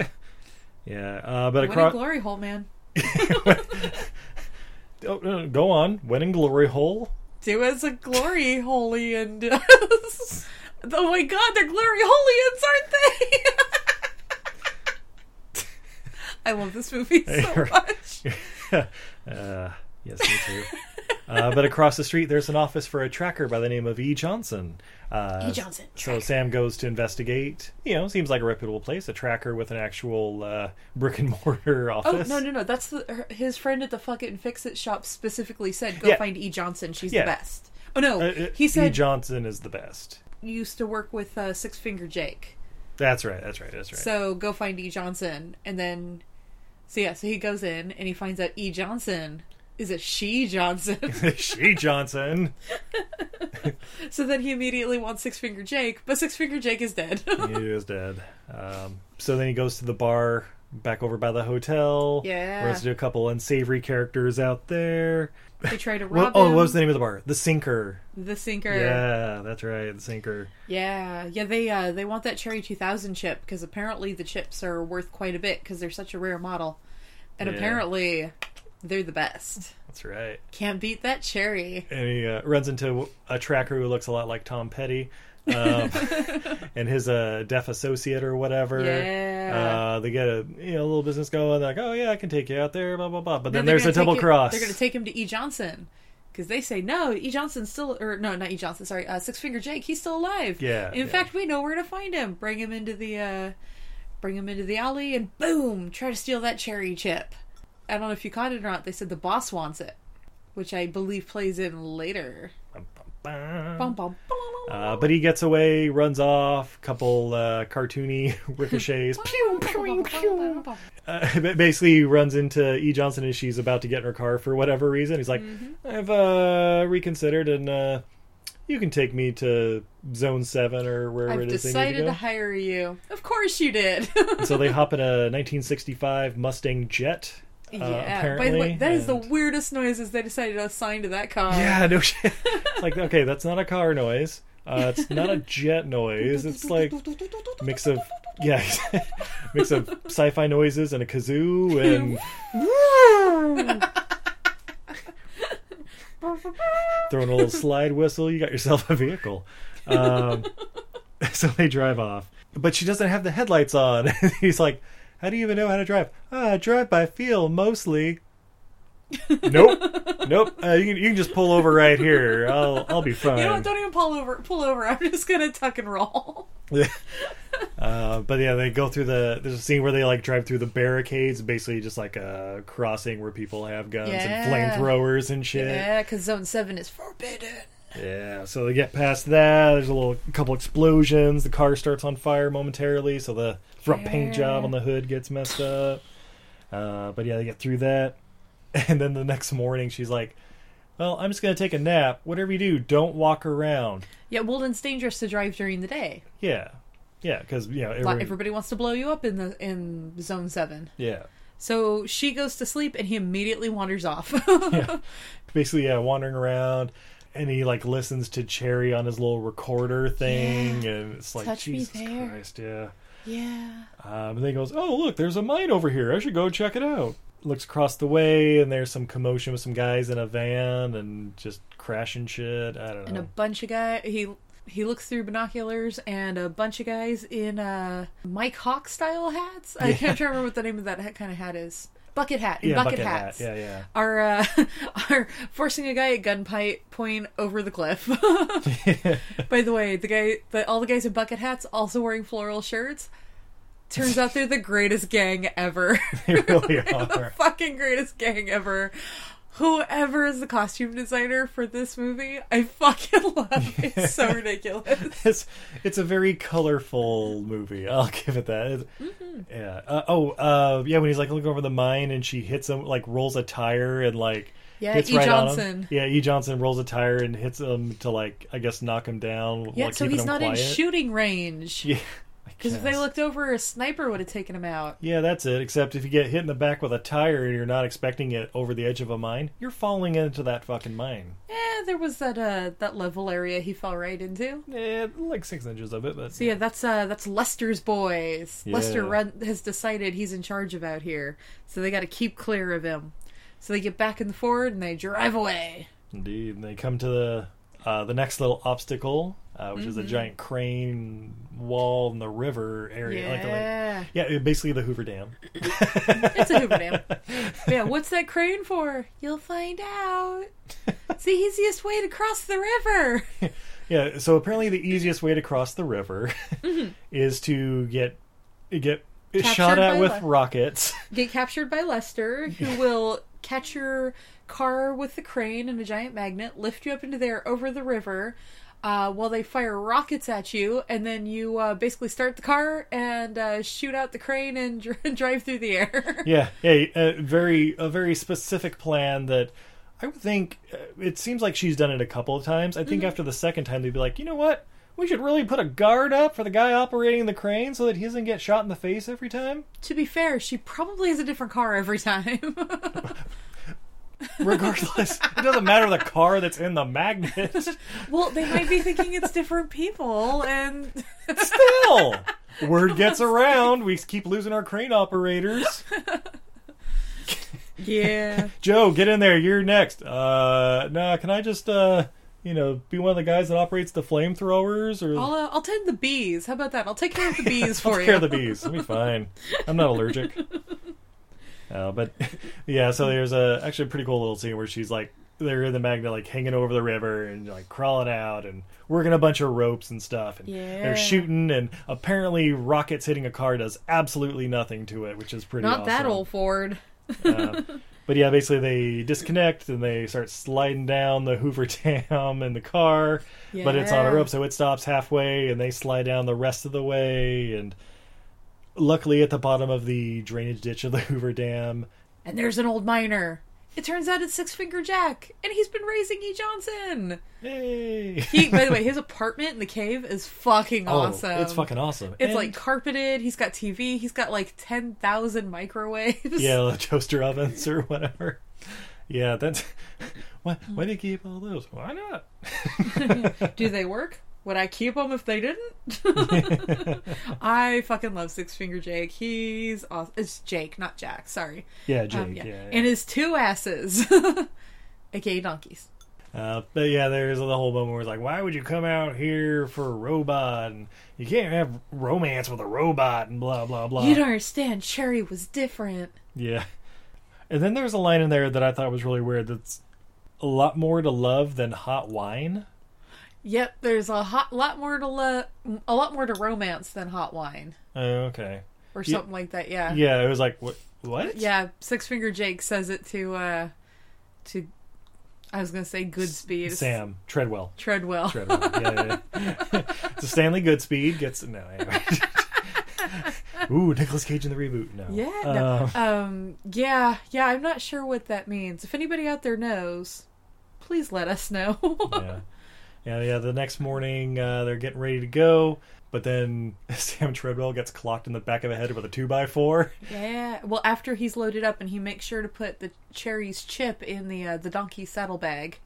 Speaker 8: yeah, uh, but
Speaker 9: What a
Speaker 8: across
Speaker 9: glory hole, man.
Speaker 8: oh, no, go on, winning glory hole.
Speaker 9: Do as a glory holy and oh my god, they're glory holians, aren't they? I love this movie so much.
Speaker 8: uh, yes, me too. uh, but across the street, there's an office for a tracker by the name of E. Johnson. Uh,
Speaker 9: E. Johnson,
Speaker 8: So Sam goes to investigate. You know, seems like a reputable place. A tracker with an actual uh, brick and mortar
Speaker 9: Oh
Speaker 8: office.
Speaker 9: no no no! That's the, her, his friend at the fuck it and fix it shop specifically said go
Speaker 8: Yeah.
Speaker 9: find E Johnson. She's
Speaker 8: Yeah.
Speaker 9: the best. Oh no,
Speaker 8: Uh, uh,
Speaker 9: he
Speaker 8: E.
Speaker 9: said
Speaker 8: Johnson is the best.
Speaker 9: you used to work with uh, Six Finger Jake.
Speaker 8: That's right. That's right. That's right.
Speaker 9: So go find E. Johnson, and then so yeah, so he goes in and he finds out E. Johnson is a she Johnson.
Speaker 8: she Johnson.
Speaker 9: so then he immediately wants Six Finger Jake, but Six Finger Jake is dead.
Speaker 8: he is dead. Um, so then he goes to the bar back over by the hotel.
Speaker 9: Yeah.
Speaker 8: Runs into a couple unsavory characters out there.
Speaker 9: they try to
Speaker 8: What,
Speaker 9: rob
Speaker 8: oh,
Speaker 9: him.
Speaker 8: what was the name of the bar? The Sinker.
Speaker 9: The sinker.
Speaker 8: Yeah, that's right. The Sinker.
Speaker 9: yeah, Yeah, They uh they want that Cherry 2000 chip because apparently the chips are worth quite a bit because they're such a rare model, and
Speaker 8: Yeah.
Speaker 9: apparently they're the best.
Speaker 8: That's right.
Speaker 9: Can't beat that cherry.
Speaker 8: And he uh, runs into a tracker who looks a lot like Tom Petty. Um, and his uh, deaf associate or whatever.
Speaker 9: Yeah.
Speaker 8: Uh, they get a you know, little business going. They're like, oh, yeah, I can take you out there, blah, blah, blah. But then,
Speaker 9: they're
Speaker 8: there's a
Speaker 9: gonna take
Speaker 8: double
Speaker 9: it-
Speaker 8: cross.
Speaker 9: They're going to take him to E. Johnson because they say no. E. Johnson's still, or no, not E. Johnson. Sorry, uh, Six Finger Jake. He's still alive.
Speaker 8: Yeah,
Speaker 9: In
Speaker 8: yeah.
Speaker 9: fact, we know where to find him. Bring him into the, uh, bring him into the alley, and boom, try to steal that cherry chip. I don't know if you caught it or not. They said the boss wants it, which I believe plays in later.
Speaker 8: Bum.
Speaker 9: Bum, bum, bum, bum,
Speaker 8: Uh, but he gets away, runs off, couple uh, cartoony ricochets. pew, pew, pew. Uh, ba- basically, he runs into E. Johnson and she's about to get in her car for whatever reason. He's like, I've uh, reconsidered and uh, you can take me to Zone 7 or wherever
Speaker 9: I've
Speaker 8: it is they need
Speaker 9: decided
Speaker 8: to
Speaker 9: to
Speaker 8: go.
Speaker 9: hire you. Of course you did.
Speaker 8: And so uh, they hop in a 1965 Mustang Jet. Uh,
Speaker 9: yeah.
Speaker 8: apparently,
Speaker 9: By the way, that is
Speaker 8: and-
Speaker 9: the weirdest noises they decided to assign to that car.
Speaker 8: Yeah, no shit. It's like, okay, that's not a car noise. Uh, it's not a jet noise. It's like mix of yeah, mix of sci-fi noises and a kazoo and throwing a little slide whistle, you got yourself a vehicle. Um, so they drive off, but she doesn't have the headlights on. He's like, "How do you even know how to drive?" Ah, I drive by feel mostly. nope, nope. Uh, you can you can just pull over right here. I'll I'll be fine.
Speaker 9: You know what? Don't even pull over. Pull over. I'm just gonna tuck and roll.
Speaker 8: uh, but yeah, they go through the. There's a scene where they like drive through the barricades, basically just like a crossing where people have guns
Speaker 9: Yeah.
Speaker 8: and flamethrowers and shit.
Speaker 9: Yeah, because Zone Seven is forbidden.
Speaker 8: Yeah, so they get past that. There's a little couple explosions. The car starts on fire momentarily, so the front paint job on the hood gets messed up. Uh, but yeah, they get through that, and then the next morning she's like, "Well, I'm just gonna take a nap. Whatever you do, don't walk around."
Speaker 9: Yeah, well, it's dangerous to drive during the day.
Speaker 8: Yeah, yeah, because you know
Speaker 9: A lot-
Speaker 8: every-
Speaker 9: Everybody wants to blow you up in the in Zone Seven.
Speaker 8: yeah.
Speaker 9: So she goes to sleep, and he immediately wanders off.
Speaker 8: basically yeah wandering around and he like listens to cherry on his little recorder thing and it's like
Speaker 9: Touch Me
Speaker 8: jesus
Speaker 9: There.
Speaker 8: christ yeah
Speaker 9: yeah.
Speaker 8: um, and then he goes oh look there's a mine over here i should go check it out looks across the way and there's some commotion with some guys in a van and just crashing shit i don't
Speaker 9: and a
Speaker 8: know
Speaker 9: bunch of guys. He he looks through binoculars, and a bunch of guys in uh, Mike Hawk style hats. I can't remember what the name of that hat, kind of hat is. Bucket hat. and
Speaker 8: yeah
Speaker 9: bucket,
Speaker 8: hat.
Speaker 9: hats.
Speaker 8: yeah yeah
Speaker 9: Are uh, are forcing a guy at gunpoint point over the cliff. By the way, the guy, the, all the guys in bucket hats also wearing floral shirts. Turns out they're the greatest gang ever.
Speaker 8: they really
Speaker 9: the
Speaker 8: Oh, are
Speaker 9: fucking greatest gang ever. Whoever is the costume designer for this movie, I fucking love. It's so ridiculous.
Speaker 8: it's it's a very colorful movie. I'll give it that. It's-
Speaker 9: Mm-hmm.
Speaker 8: Yeah. Uh, oh, uh, yeah. When he's like looking over the mine and she hits him, like rolls a tire and like
Speaker 9: Yeah,
Speaker 8: hits
Speaker 9: E.
Speaker 8: right on him.
Speaker 9: Johnson.
Speaker 8: Yeah, E. Johnson rolls a tire and hits him to like I guess knock him down.
Speaker 9: Yeah,
Speaker 8: while
Speaker 9: so
Speaker 8: keeping
Speaker 9: he's
Speaker 8: him
Speaker 9: not
Speaker 8: quiet.
Speaker 9: in shooting range.
Speaker 8: Yeah.
Speaker 9: Because if they
Speaker 8: Yes.
Speaker 9: looked over, a sniper would have taken him out.
Speaker 8: Yeah, that's it. Except if you get hit in the back with a tire and you're not expecting it over the edge of a mine, you're falling into that fucking mine.
Speaker 9: Eh, there was that uh that level area he fell right into.
Speaker 8: Yeah, Eh, like six inches of it, but
Speaker 9: So yeah, that's uh that's Lester's boys. Lester
Speaker 8: Yeah.
Speaker 9: run has decided he's in charge of out here, so they got to keep clear of him. So they get back in the Ford and they drive away.
Speaker 8: Indeed, and they come to the uh, the next little obstacle, uh, which is
Speaker 9: Mm-hmm.
Speaker 8: a giant crane wall in the river area. Like, like,
Speaker 9: Yeah,
Speaker 8: yeah, it- basically the Hoover Dam.
Speaker 9: it's a Hoover Dam. yeah, what's that crane for? You'll find out. It's the easiest way to cross the river.
Speaker 8: Yeah, so apparently the easiest way to cross the river is to get get shot
Speaker 9: Mm-hmm. Captured by
Speaker 8: at with
Speaker 9: what?
Speaker 8: rockets.
Speaker 9: Get captured by Lester, who will catch your car with the crane and a giant magnet, lift you up into there over the river. Uh, while they fire rockets at you, and then you uh, basically start the car and uh, shoot out the crane and dr- drive through the air.
Speaker 8: Yeah, yeah, a very a very specific plan that I would think uh, it seems like she's done it a couple of times. I think after the second time they'd be like, you know what, we should really put a guard up for the guy operating the crane so that he doesn't get shot in the face every time.
Speaker 9: to be fair, she probably has a different car every time.
Speaker 8: Regardless, it doesn't matter the car that's in the magnet.
Speaker 9: well, they might be thinking it's different people, and
Speaker 8: Still, word gets around. We keep losing our crane operators.
Speaker 9: yeah.
Speaker 8: Joe, get in there. You're next. Uh, nah, can I just uh, you know, be one of the guys that operates the flamethrowers or
Speaker 9: I'll, uh, I'll tend the bees. How about that? I'll take care of the bees
Speaker 8: I'll take
Speaker 9: for you.
Speaker 8: care of the bees. I'll be fine. I'm not allergic. Uh, but yeah, so there's a actually a pretty cool little scene where she's like they're in the magnet like hanging over the river and like crawling out and working a bunch of ropes and stuff and
Speaker 9: Yeah.
Speaker 8: they're shooting and apparently rockets hitting a car does absolutely nothing to it, which is pretty
Speaker 9: Not
Speaker 8: awesome.
Speaker 9: that old Ford.
Speaker 8: But yeah, basically they disconnect and they start sliding down the Hoover Dam in the car, but it's on a
Speaker 9: Yeah.
Speaker 8: rope, so it stops halfway, and they slide down the rest of the way. And luckily, at the bottom of the drainage ditch of the Hoover Dam,
Speaker 9: And there's an old miner. It turns out it's Six Finger Jack, and he's been raising E. Johnson.
Speaker 8: yay!
Speaker 9: He, by the way, his apartment in the cave is fucking
Speaker 8: Oh,
Speaker 9: awesome.
Speaker 8: It's fucking awesome.
Speaker 9: It's
Speaker 8: And-
Speaker 9: like carpeted. He's got TV. He's got like ten thousand microwaves.
Speaker 8: yeah, like toaster ovens or whatever. Yeah, that's why. Why do you keep all those? Why not?
Speaker 9: Do they work? Would I keep them if they didn't? I fucking love Six Finger Jake. He's awesome. It's Jake, not Jack. Sorry.
Speaker 8: Yeah, Jake.
Speaker 9: Um, yeah.
Speaker 8: yeah, yeah.
Speaker 9: And his two asses, aka donkeys.
Speaker 8: Uh, but yeah, there's the whole moment where it's like, why would you come out here for a robot? And you can't have romance with a robot and blah blah blah.
Speaker 9: You don't understand. Cherry was different.
Speaker 8: Yeah. And then there's a line in there that I thought was really weird. That's a lot more to love than hot wine.
Speaker 9: Yep, there's a hot, lot more to lo- a lot more to romance than hot wine
Speaker 8: Oh, okay.
Speaker 9: or
Speaker 8: Yeah.
Speaker 9: something like that. Yeah.
Speaker 8: Yeah, it was like what? What?
Speaker 9: Yeah, Six Finger Jake says it to uh to I was gonna say Goodspeed.
Speaker 8: Sam Treadwell.
Speaker 9: Treadwell.
Speaker 8: Treadwell. Yeah, yeah, yeah. so Stanley Goodspeed gets no. Anyway. Ooh, Nicolas Cage in the reboot. No.
Speaker 9: Yeah, no.
Speaker 8: Um,
Speaker 9: Um, yeah, yeah, I'm not sure what that means. If anybody out there knows, please let us know.
Speaker 8: yeah. Yeah, yeah. The next morning, uh, they're getting ready to go, but then Sam Treadwell gets clocked in the back of the head with a two by four.
Speaker 9: yeah. Well, after he's loaded up and he makes sure to put the cherry's chip in the uh, the donkey saddlebag.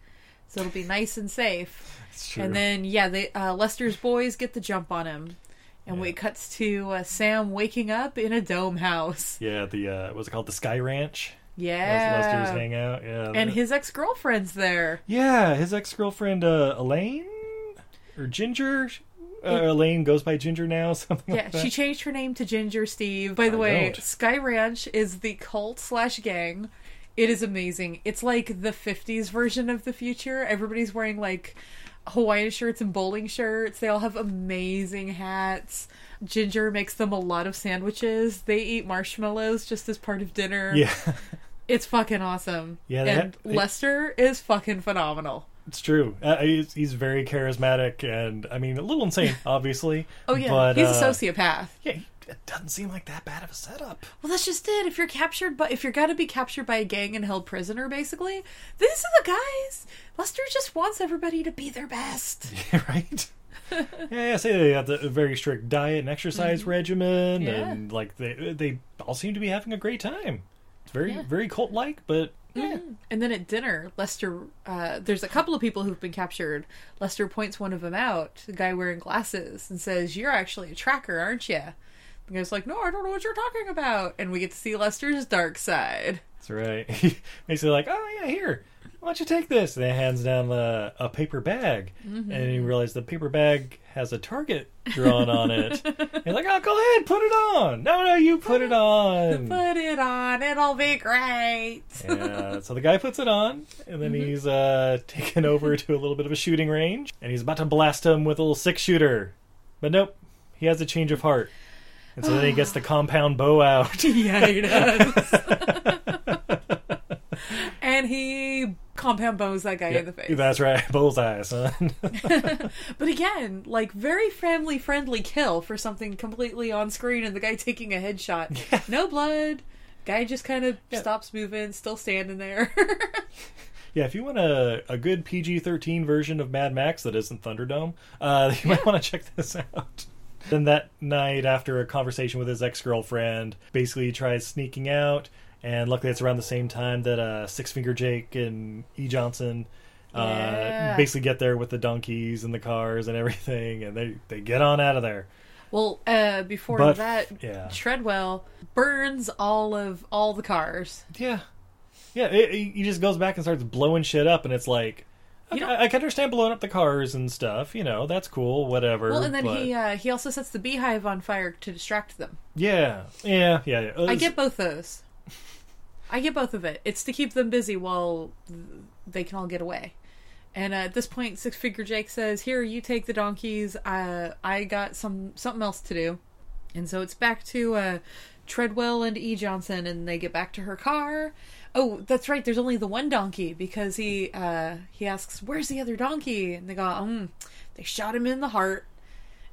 Speaker 9: So it'll be nice and safe.
Speaker 8: It's true.
Speaker 9: And then yeah, they uh, Lester's boys get the jump on him. And it cuts to uh, Sam waking up in a dome house.
Speaker 8: yeah, the uh, what's it called? The Sky Ranch.
Speaker 9: Yeah.
Speaker 8: That's Lester's hangout. Yeah.
Speaker 9: and
Speaker 8: the-
Speaker 9: his ex girlfriend's there.
Speaker 8: Yeah, his ex girlfriend uh, Elaine or Ginger. Uh, Elaine goes by Ginger now. Something
Speaker 9: Yeah,
Speaker 8: like that.
Speaker 9: she changed her name to Ginger Steve. By the way,
Speaker 8: don't.
Speaker 9: Sky Ranch is the cult slash gang. It is amazing. It's like the 50s version of the future. Everybody's wearing like Hawaiian shirts and bowling shirts. They all have amazing hats. Ginger makes them a lot of sandwiches. They eat marshmallows just as part of dinner.
Speaker 8: Yeah,
Speaker 9: It's fucking awesome.
Speaker 8: Yeah, they
Speaker 9: and
Speaker 8: had- they-
Speaker 9: Lester is fucking phenomenal.
Speaker 8: it's true. Uh, he's, he's very charismatic, and I mean, a little insane, obviously.
Speaker 9: Oh yeah,
Speaker 8: but,
Speaker 9: he's
Speaker 8: uh,
Speaker 9: a sociopath.
Speaker 8: Yeah, he it doesn't seem like that bad of a setup.
Speaker 9: Well, that's just it. If you're captured, by if you're gonna be captured by a gang and held prisoner, basically, these are the guys. Lester just wants everybody to be their best.
Speaker 8: right? yeah, yeah. Say they have a very strict diet and exercise regimen,
Speaker 9: Yeah.
Speaker 8: and like they they all seem to be having a great time. It's very
Speaker 9: Yeah.
Speaker 8: very cult like, but yeah,
Speaker 9: And then at dinner, Lester, uh, there's a couple of people who've been captured. Lester points one of them out, the guy wearing glasses, and says, "You're actually a tracker, aren't you?" The guy's like, "No, I don't know what you're talking about." And we get to see Lester's dark side.
Speaker 8: that's right. He makes it like, oh yeah, here. Why don't you take this? And he hands down the, a paper bag, and you realize the paper bag has a target drawn on it. You're like, oh, go ahead, put it on. No, no, you put it on.
Speaker 9: Put it on; it'll be great.
Speaker 8: Yeah, so the guy puts it on, and then
Speaker 9: Mm-hmm.
Speaker 8: he's uh, taken over to a little bit of a shooting range, and he's about to blast him with a little six shooter. But nope, he has a change of heart. And so then he gets the compound bow out.
Speaker 9: Yeah, he does. and he compound bones that guy in the face.
Speaker 8: That's right, bullseye, son.
Speaker 9: But again, like very family friendly kill for something completely on screen and the guy taking a headshot. No blood. Guy just kind of stops moving, still standing there.
Speaker 8: yeah, if you want a, a good PG 13 version of Mad Max that isn't Thunderdome, uh, you might want to check this out. Then that night, after a conversation with his ex girlfriend, basically he tries sneaking out. And luckily, it's around the same time that uh, Six Finger Jake and E. Johnson uh,
Speaker 9: Yeah.
Speaker 8: basically get there with the donkeys and the cars and everything, and they, they get on out of there.
Speaker 9: well, uh, before
Speaker 8: But-
Speaker 9: that,
Speaker 8: yeah.
Speaker 9: Treadwell burns all of all the cars.
Speaker 8: Yeah. Yeah, it, it- he just goes back and starts blowing shit up, and it's like.
Speaker 9: You
Speaker 8: okay,
Speaker 9: don't-
Speaker 8: I, I can understand blowing up the cars and stuff, you know, that's cool, whatever.
Speaker 9: Well, and then
Speaker 8: but-
Speaker 9: he uh, he also sets the beehive on fire to distract them.
Speaker 8: Yeah, yeah, yeah. yeah.
Speaker 9: I get both those. I get both of it. It's to keep them busy while they can all get away. And uh, at this point, Six Figure Jake says, "Here, you take the donkeys. Uh, I got some something else to do." And so it's back to uh, Treadwell and E. Johnson, and they get back to her car. Oh, that's right. There's only the one donkey because he uh, he asks, "Where's the other donkey?" And they go, mm, "They shot him in the heart."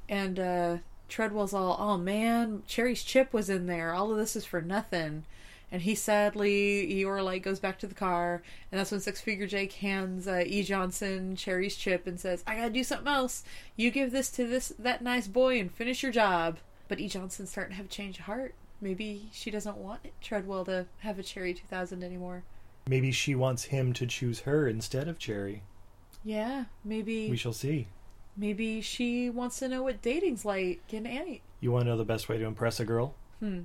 Speaker 9: And uh, Treadwell's all, "Oh man, Cherry's chip was in there. All of this is for nothing." And he sadly, Eeyore like goes back to the car, and that's when Six Figure Jake hands uh, E Johnson Cherry's chip and says, "I gotta do something else. You give this to this that nice boy and finish your job." But E Johnson's starting to have a change of heart. Maybe she doesn't want Treadwell to have a Cherry 2000 anymore.
Speaker 8: Maybe she wants him to choose her instead of Cherry.
Speaker 9: Yeah,
Speaker 8: We
Speaker 9: maybe
Speaker 8: shall see.
Speaker 9: maybe she wants to know what dating's like in Annie.
Speaker 8: You want to know the best way to impress a girl? Hmm.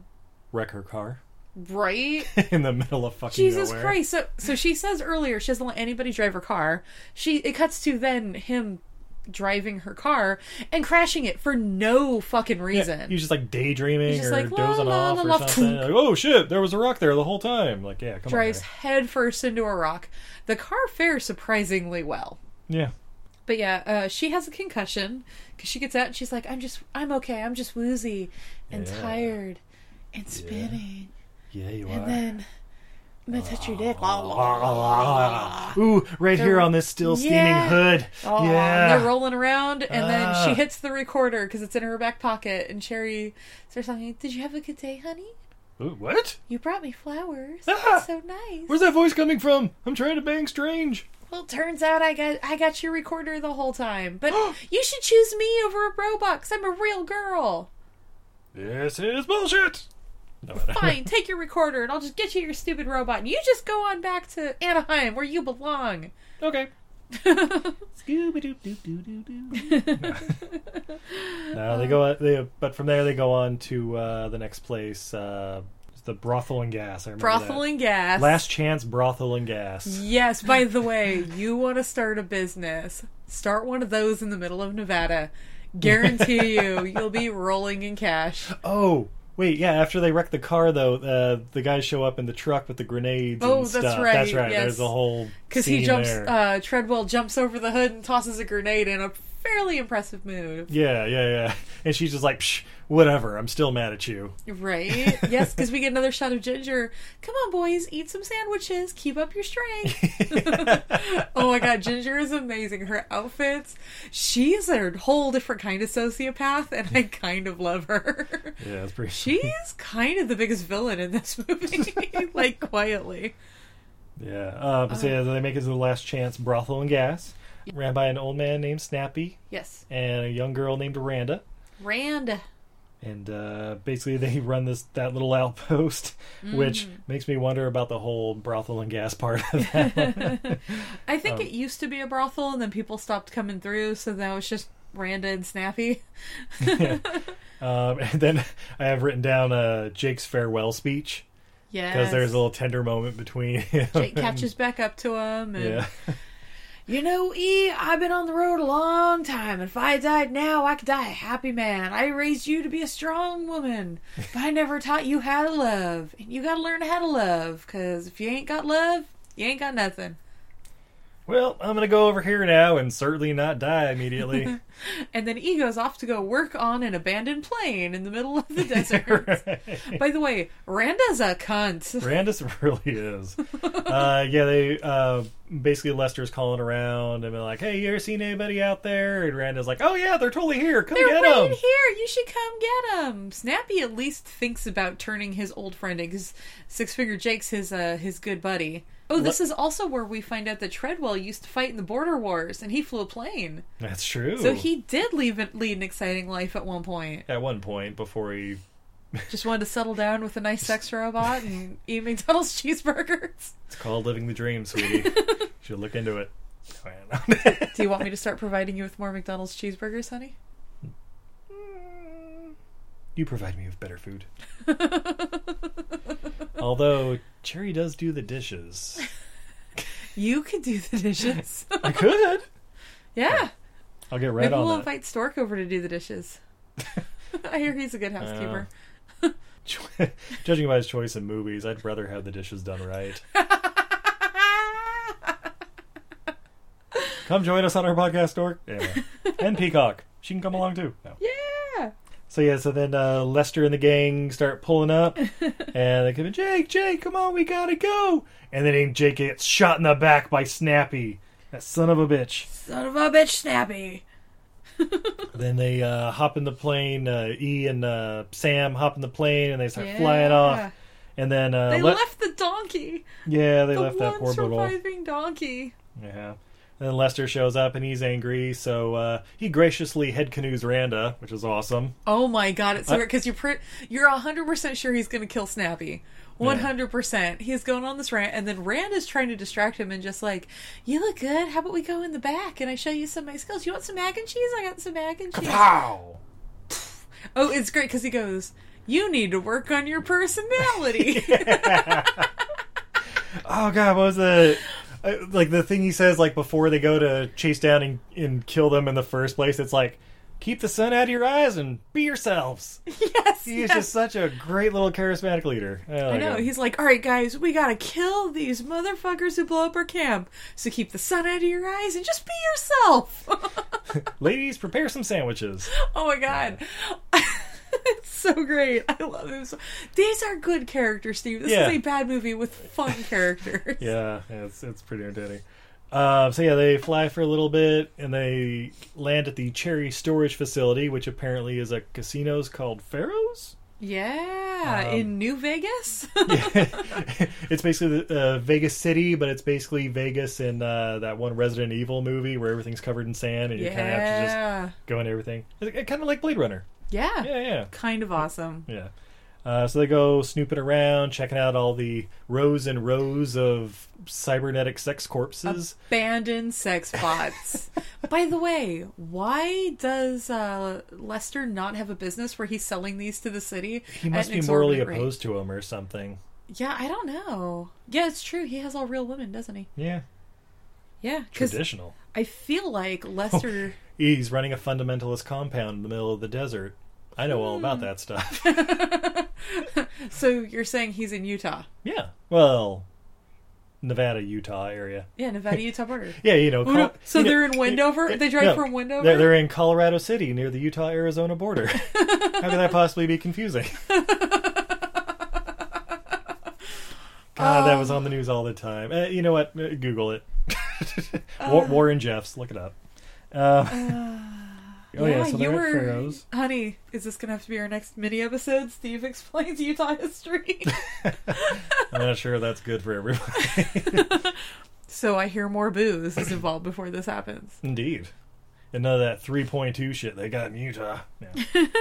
Speaker 8: Wreck her car.
Speaker 9: Right?
Speaker 8: in the middle of fucking
Speaker 9: Jesus
Speaker 8: nowhere.
Speaker 9: Christ. So so she says earlier she doesn't let anybody drive her car. She it cuts to then him driving her car and crashing it for no fucking reason.
Speaker 8: Yeah, he's just like daydreaming
Speaker 9: He's just
Speaker 8: or
Speaker 9: like, la,
Speaker 8: dozing
Speaker 9: la,
Speaker 8: off
Speaker 9: la,
Speaker 8: or
Speaker 9: la,
Speaker 8: something.
Speaker 9: thunk.
Speaker 8: Like, oh shit, there was a rock there the whole time. Like, yeah, come
Speaker 9: drives
Speaker 8: on.
Speaker 9: headfirst into a rock. The car fares surprisingly well.
Speaker 8: Mary. Yeah.
Speaker 9: But yeah, uh, she has a concussion because she gets out and she's like, "I'm just, I'm okay. I'm just woozy and
Speaker 8: Yeah.
Speaker 9: tired and spinning."
Speaker 8: Yeah, you
Speaker 9: And
Speaker 8: are.
Speaker 9: then I'm gonna touch your dick.
Speaker 8: Ooh, right here
Speaker 9: They're-
Speaker 8: on this still steaming
Speaker 9: Yeah.
Speaker 8: hood.
Speaker 9: Oh, and
Speaker 8: yeah.
Speaker 9: they're rolling around, and
Speaker 8: Ah.
Speaker 9: then she hits the recorder because it's in her back pocket. And Cherry starts talking. Did you have a good day, honey?
Speaker 8: Ooh, what?
Speaker 9: You brought me flowers.
Speaker 8: Ah.
Speaker 9: That's so nice.
Speaker 8: Where's that voice coming from? I'm trying to bang strange.
Speaker 9: Well, turns out I got I got your recorder the whole time. But you should choose me over a robot 'cause I'm a real girl.
Speaker 8: This is bullshit. No, I don't-
Speaker 9: Fine, take your recorder, and I'll just get you your stupid robot, and you just go on back to Anaheim where you belong.
Speaker 8: Okay. Scooby doo doo doo doo doo. No, they go. uh, They but from there they go on to uh, the next place, uh, the brothel and gas. I remember that.
Speaker 9: Brothel and gas.
Speaker 8: Last chance brothel and gas.
Speaker 9: Yes, by the way, you want to start a business. Start one of those in the middle of Nevada. Guarantee you, you'll be rolling in cash.
Speaker 8: Oh, wait, yeah. After they wreck the car, though, uh, the guys show up in the truck with the grenades.
Speaker 9: Oh,
Speaker 8: and
Speaker 9: that's
Speaker 8: stuff.
Speaker 9: right,
Speaker 8: That's right.
Speaker 9: yes.
Speaker 8: There's a whole
Speaker 9: Because
Speaker 8: scene
Speaker 9: he jumps,
Speaker 8: there.
Speaker 9: uh, Treadwell jumps over the hood and tosses a grenade in a fairly impressive move.
Speaker 8: yeah, yeah, yeah. And she's just like, Psh, whatever. I'm still mad at you.
Speaker 9: Right? yes, because we get another shot of Ginger. Come on, boys, eat some sandwiches. Keep up your strength. oh my God, Ginger is amazing. Her outfits, she's a whole different kind of sociopath, and I kind of love her.
Speaker 8: Yeah, that's pretty.
Speaker 9: She's kind of the biggest villain in this movie, like quietly.
Speaker 8: Yeah. Uh, but so yeah, they make it to the last chance brothel and gas. Ran by an old man named Snappy
Speaker 9: Yes,
Speaker 8: and a young girl named Randa.
Speaker 9: Rand.
Speaker 8: and uh, basically they run this that little outpost, which
Speaker 9: Mm.
Speaker 8: makes me wonder about the whole brothel and gas part of that.
Speaker 9: I think it used to be a brothel, and then people stopped coming through, so now it's just Randa and Snappy.
Speaker 8: um, and then I have written down uh, Jake's farewell speech
Speaker 9: Yes,
Speaker 8: because there's a little tender moment between. Him
Speaker 9: Jake catches back up to him, and
Speaker 8: Yeah,
Speaker 9: you know, E, I've been on the road a long time, and if I died now, I could die a happy man. I raised you to be a strong woman, but I never taught you how to love, and you got to learn how to love, because if you ain't got love, you ain't got nothing.
Speaker 8: Well, I'm gonna go over here now and certainly not die immediately.
Speaker 9: And then E goes off to go work on an abandoned plane in the middle of the desert. By the way, Randa's a cunt.
Speaker 8: Brandis really is. uh, yeah, they uh, basically Lester's calling around and they're like, "Hey, you ever seen anybody out there?" And Rand's like, "Oh yeah, they're totally here. Come
Speaker 9: They're
Speaker 8: get them."
Speaker 9: right here. You should come get them. Snappy at least thinks about turning his old friend in because Six Finger Jake's his uh, his good buddy. Oh, this is also where we find out that Treadwell used to fight in the border wars, and he flew a plane.
Speaker 8: That's true.
Speaker 9: So he did leave lead an exciting life at one point.
Speaker 8: at one point before he
Speaker 9: Just wanted to settle down with a nice sex robot and eat McDonald's cheeseburgers.
Speaker 8: it's called living the dream sweetie should look into it
Speaker 9: Do you want me to start providing you with more McDonald's cheeseburgers, honey?
Speaker 8: you provide me with better food although cherry does do the dishes
Speaker 9: You could do the dishes.
Speaker 8: i could
Speaker 9: yeah.
Speaker 8: i'll get right
Speaker 9: Maybe
Speaker 8: on
Speaker 9: we'll
Speaker 8: that
Speaker 9: invite Stork over to do the dishes. I hear he's a good housekeeper.
Speaker 8: judging by his choice in movies i'd rather have the dishes done right come join us on our podcast dork Anyway. and peacock she can come along too No.
Speaker 9: yeah.
Speaker 8: So yeah, so then uh, Lester and the gang start pulling up, and they come in, Jake, Jake, come on, we gotta go. And then Jake gets shot in the back by Snappy, that son of a bitch.
Speaker 9: Son of a bitch, Snappy.
Speaker 8: Then they uh, hop in the plane. Uh, e and uh, Sam hop in the plane, and they start flying off. And then uh,
Speaker 9: They
Speaker 8: Le-
Speaker 9: left the donkey.
Speaker 8: Yeah, they
Speaker 9: The
Speaker 8: left
Speaker 9: one
Speaker 8: that poor little.
Speaker 9: surviving donkey.
Speaker 8: Yeah. And then Lester shows up, and he's angry, so uh, he graciously head canoes Randa, which is awesome.
Speaker 9: Oh my god, it's so weird because you're pre- you're hundred percent sure he's going to kill Snappy. One hundred percent. He's going on this rant, and then Rand is trying to distract him and just like, "You look good. How about we go in the back and I show you some of my skills? You want some mac and cheese? I got some mac and cheese."
Speaker 8: Wow.
Speaker 9: Oh, it's great because he goes, you need to work on your personality.
Speaker 8: oh god, what was the uh, like the thing he says like before they go to chase down and, and kill them in the first place? It's like keep the sun out of your eyes and be yourselves.
Speaker 9: yes,
Speaker 8: He is
Speaker 9: yes.
Speaker 8: just such a great little charismatic leader.
Speaker 9: I know. He's like, all right, guys, we gotta kill these motherfuckers who blow up our camp. So keep the sun out of your eyes and just be yourself.
Speaker 8: Ladies, prepare some sandwiches.
Speaker 9: oh my god, it's so great. I love him. So- These are good characters, Steve. This
Speaker 8: Yeah.
Speaker 9: is a bad movie with fun characters.
Speaker 8: Yeah, yeah, it's it's pretty entertaining. Uh, so yeah, they fly for a little bit and they land at the Cherry Storage Facility, which apparently is a casino's called Pharaoh's.
Speaker 9: Yeah,
Speaker 8: Um,
Speaker 9: in New Vegas.
Speaker 8: It's basically the, uh, Vegas City, but it's basically Vegas in uh, that one Resident Evil movie where everything's covered in sand and you kind of have to
Speaker 9: yeah.
Speaker 8: just go into everything. It's kind of like Blade Runner.
Speaker 9: yeah,
Speaker 8: Yeah, yeah.
Speaker 9: kind of awesome.
Speaker 8: Yeah. Uh, so they go snooping around, checking out all the rows and rows of cybernetic sex corpses.
Speaker 9: Abandoned sex bots. By the way, why does uh, Lester not have a business where he's selling these to the city?
Speaker 8: he must be morally opposed to him or something.
Speaker 9: Yeah, I don't know. Yeah, it's true. He has all real women, doesn't he?
Speaker 8: Yeah.
Speaker 9: Yeah, because
Speaker 8: Traditional.
Speaker 9: I feel like
Speaker 8: Oh.
Speaker 9: Lester.
Speaker 8: He's running a fundamentalist compound in the middle of the desert. I know all about that stuff.
Speaker 9: so you're saying he's in Utah?
Speaker 8: yeah. Well, Nevada, Utah area.
Speaker 9: Yeah, Nevada, Utah border.
Speaker 8: Yeah, you know.
Speaker 9: Oh, no. So
Speaker 8: you know-
Speaker 9: they're in Wendover? They drive from Wendover?
Speaker 8: They're, they're in Colorado City near the Utah Arizona border. How could that possibly be confusing? God, that
Speaker 9: Um,
Speaker 8: was on the news all the time. Eh, you know what? Eh, Google it. Wa-
Speaker 9: Uh,
Speaker 8: Warren Jeffs, look it up. Uh, oh yeah, so they're
Speaker 9: you
Speaker 8: at
Speaker 9: were,
Speaker 8: Pharaoh's.
Speaker 9: honey. Is this gonna have to be our next mini episode? Steve explains Utah history.
Speaker 8: I'm not sure that's good for everyone.
Speaker 9: so I hear more booze is involved before this happens.
Speaker 8: Indeed. And none of that 3.2 shit they got in Utah. Yeah.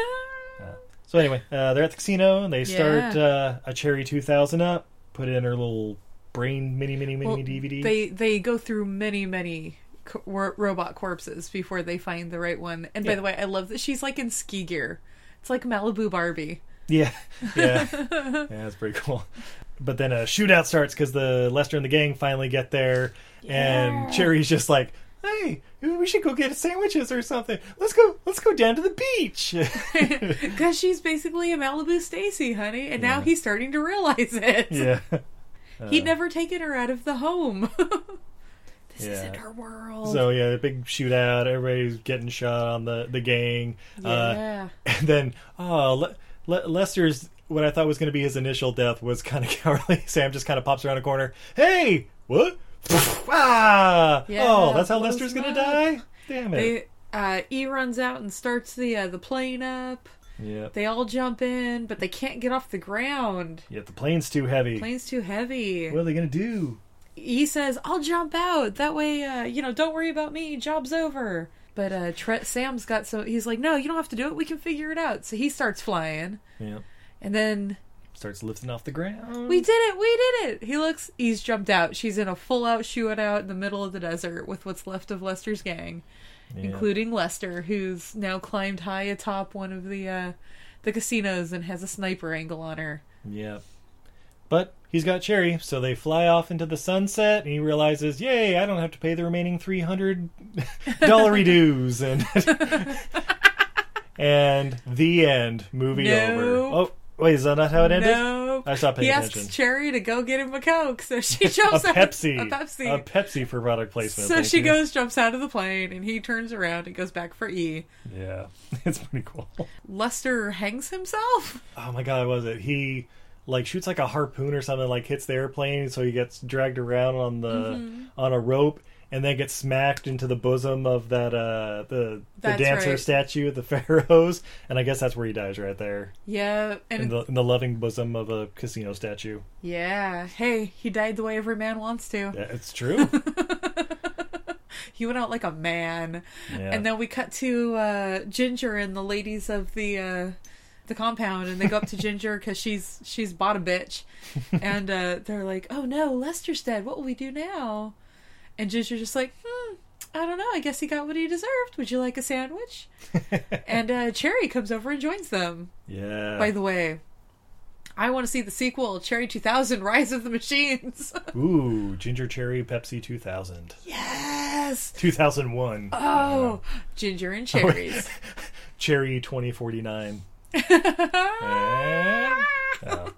Speaker 8: Uh, so anyway, uh, they're at the casino and they start
Speaker 9: Yeah.
Speaker 8: uh, a Cherry 2000 up, put in her little brain mini mini mini
Speaker 9: Well,
Speaker 8: DVD.
Speaker 9: They they go through many many co- ro- robot corpses before they find the right one. And by
Speaker 8: Yeah.
Speaker 9: the way, I love that she's like in ski gear. It's like Malibu Barbie.
Speaker 8: Yeah, yeah, yeah. That's pretty cool. But then a shootout starts because the Lester and the gang finally get there, and Cherry's just like, "Hey, we should go get sandwiches or something. Let's go. Let's go down to the beach."
Speaker 9: Because she's basically a Malibu Stacy, honey, and now he's starting to realize it.
Speaker 8: yeah,
Speaker 9: He'd never taken her out of the home. this
Speaker 8: Yeah.
Speaker 9: isn't her world.
Speaker 8: So yeah, the big shootout. Everybody's getting shot on the the gang. Uh,
Speaker 9: yeah.
Speaker 8: and then oh, Le- Le- Lester's what I thought was going to be his initial death was kind of cowardly. Sam just kind of pops around a corner. Hey, what? ah!
Speaker 9: Yeah,
Speaker 8: oh, that's how
Speaker 9: blows
Speaker 8: Lester's going to
Speaker 9: him up.
Speaker 8: die. Damn it.
Speaker 9: They, uh, E runs out and starts the uh, the plane up.
Speaker 8: yeah.
Speaker 9: They all jump in, but they can't get off the ground.
Speaker 8: yeah, the plane's too heavy.
Speaker 9: Plane's too heavy.
Speaker 8: What are they going to do?
Speaker 9: E says, "I'll jump out. That way, uh, you know, don't worry about me. Job's over." But uh, Tre- Sam's got so he's like, "No, you don't have to do it. We can figure it out." So he starts flying,
Speaker 8: Yeah.
Speaker 9: and then
Speaker 8: Starts lifting off the ground.
Speaker 9: we did it. We did it. He looks. He's jumped out. She's in a full out shootout out in the middle of the desert with what's left of Lester's gang. including Lester, who's now climbed high atop one of the uh, the casinos and has a sniper angle on her.
Speaker 8: Yeah. But he's got Cherry, so they fly off into the sunset, and he realizes, yay, I don't have to pay the remaining three hundred dollary dues, and and the end. Movie over.
Speaker 9: Nope.
Speaker 8: Oh, wait, is that not how it ended?
Speaker 9: No,
Speaker 8: I stopped paying
Speaker 9: he
Speaker 8: attention.
Speaker 9: asks Cherry to go get him a coke, so she
Speaker 8: A
Speaker 9: jumps out
Speaker 8: Pepsi,
Speaker 9: a Pepsi.
Speaker 8: a Pepsi for product placement.
Speaker 9: so
Speaker 8: thank
Speaker 9: she
Speaker 8: you.
Speaker 9: goes, jumps out of the plane, and he turns around and goes back for E.
Speaker 8: Yeah, it's pretty cool.
Speaker 9: Lester hangs himself.
Speaker 8: Oh my god, was it? He like shoots like a harpoon or something, like hits the airplane, so he gets dragged around on the
Speaker 9: Mm-hmm.
Speaker 8: on a rope, and then gets smacked into the bosom of that uh the the
Speaker 9: That's
Speaker 8: dancer
Speaker 9: right.
Speaker 8: statue at the pharaohs, and I guess that's where he dies right there
Speaker 9: Yeah, and
Speaker 8: in the in the loving bosom of a casino statue.
Speaker 9: yeah, hey, he died the way every man wants to.
Speaker 8: Yeah, it's true.
Speaker 9: He went out like a man.
Speaker 8: Yeah.
Speaker 9: And then we cut to uh, Ginger and the ladies of the uh, the compound, and they go up to Ginger because she's she's bought a bitch, and uh, they're like, "Oh no, Lester's dead. What will we do now?" And Ginger's just like, "Hmm, I don't know. I guess he got what he deserved. Would you like a sandwich? and uh, Cherry comes over and joins them.
Speaker 8: Yeah.
Speaker 9: By the way, I want to see the sequel, Cherry 2000: Rise of the Machines.
Speaker 8: Ooh, Ginger Cherry Pepsi 2000.
Speaker 9: yes.
Speaker 8: 2001.
Speaker 9: Oh, ginger and cherries.
Speaker 8: Cherry 2049. and, oh.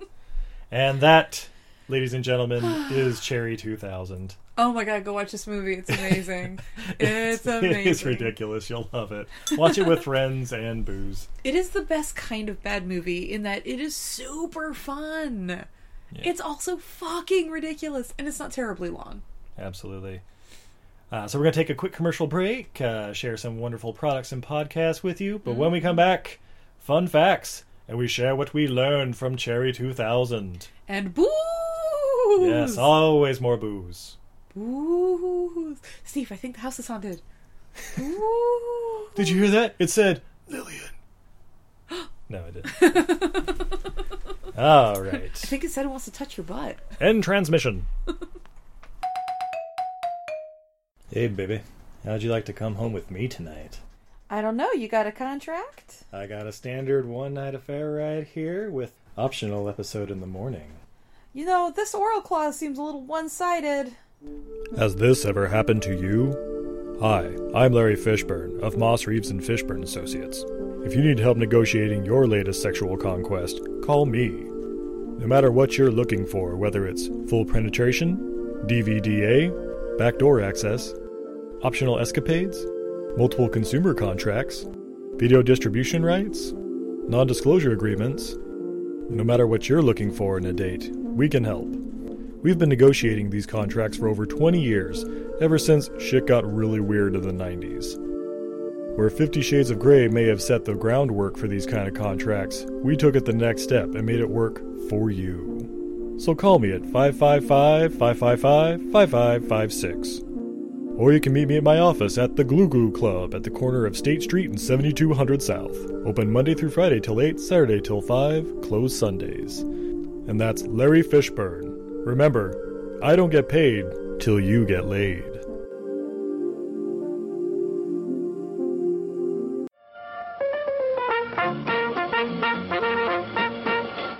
Speaker 8: And that, ladies and gentlemen, is Cherry 2000.
Speaker 9: Oh my god, go watch this movie. It's amazing. it's amazing.
Speaker 8: It is ridiculous. You'll love it. Watch it with friends and booze.
Speaker 9: It is the best kind of bad movie in that it is super fun. It's also fucking ridiculous and it's not terribly long.
Speaker 8: Absolutely. Uh, so we're going to take a quick commercial break, uh, share some wonderful products and podcasts with you. But when we come back, fun facts, and we share what we learned from Cherry 2000.
Speaker 9: And booze.
Speaker 8: Yes, always more booze.
Speaker 9: Ooh. Steve, I think the house is haunted. Ooh.
Speaker 8: Did you hear that? It said Lillian. no, I didn't. All
Speaker 9: I
Speaker 8: right.
Speaker 9: think it said it wants to touch your butt.
Speaker 8: End transmission. hey, baby. How'd you like to come home with me tonight?
Speaker 9: I don't know. You got a contract?
Speaker 8: I got a standard one night affair right here with optional episode in the morning.
Speaker 9: You know, this oral clause seems a little one sided.
Speaker 8: Has this ever happened to you? Hi, I'm Larry Fishburne of Moss Reeves and Fishburne Associates. If you need help negotiating your latest sexual conquest, call me. No matter what you're looking for, whether it's full penetration, DVDA, backdoor access, optional escapades, multiple consumer contracts, video distribution rights, non disclosure agreements, no matter what you're looking for in a date, we can help. We've been negotiating these contracts for over 20 years, ever since shit got really weird in the 90s. Where 50 Shades of Grey may have set the groundwork for these kind of contracts, we took it the next step and made it work for you. So call me at 555 555 5556. Or you can meet me at my office at the Glue Glue Club at the corner of State Street and 7200 South. Open Monday through Friday till 8, Saturday till 5, closed Sundays and that's Larry Fishburne. Remember, I don't get paid till you get laid.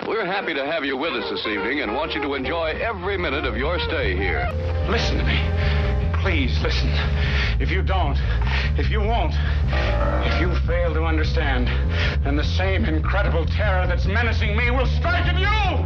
Speaker 10: We're happy to have you with us this evening and want you to enjoy every minute of your stay here.
Speaker 11: Listen to me. Please listen. If you don't, if you won't, if you fail to understand, then the same incredible terror that's menacing me will strike at you!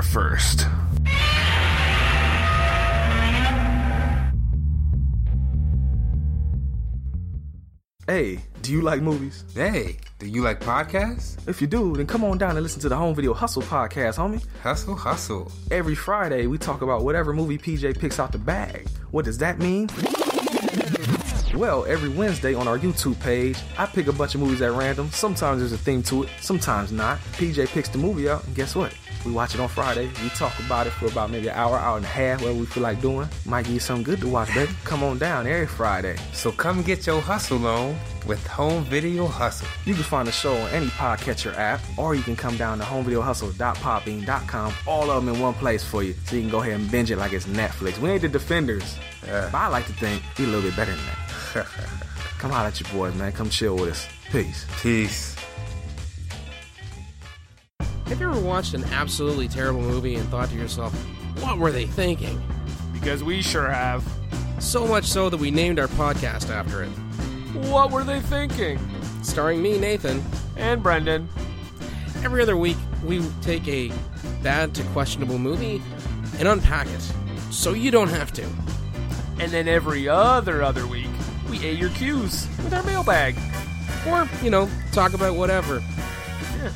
Speaker 12: first.
Speaker 13: Hey, do you like movies? Hey, do you like podcasts? If you do, then come on down and listen to the Home Video Hustle podcast, homie. Hustle, hustle. Every Friday, we talk about whatever movie PJ picks out the bag. What does that mean? Well, every Wednesday on our YouTube page, I pick a bunch of movies at random. Sometimes there's a theme to it, sometimes not. PJ picks the movie out, and guess what? We watch it on Friday. We talk about it for about maybe an hour, hour and a half, whatever we feel like doing. Might give you something good to watch, baby. Come on down every Friday. So come get your hustle on with Home Video Hustle. You can find the show on any podcatcher app, or you can come down to homevideohustle.podbean.com. All of them in one place for you, so you can go ahead and binge it like it's Netflix. We ain't the Defenders,
Speaker 14: Eh.
Speaker 13: but I like to think we a little bit better than that. come holler at your boys, man. Come chill with us. Peace. Peace.
Speaker 15: Have you ever watched an absolutely terrible movie and thought to yourself, what were they thinking? Because we sure have. So much so that we named our podcast after it.
Speaker 14: What were they thinking?
Speaker 15: Starring me, Nathan.
Speaker 14: And Brendan.
Speaker 15: Every other week, we take a bad to questionable movie and unpack it so you don't have to.
Speaker 14: And then every other other week, we A your Q's with our mailbag.
Speaker 15: Or, you know, talk about whatever.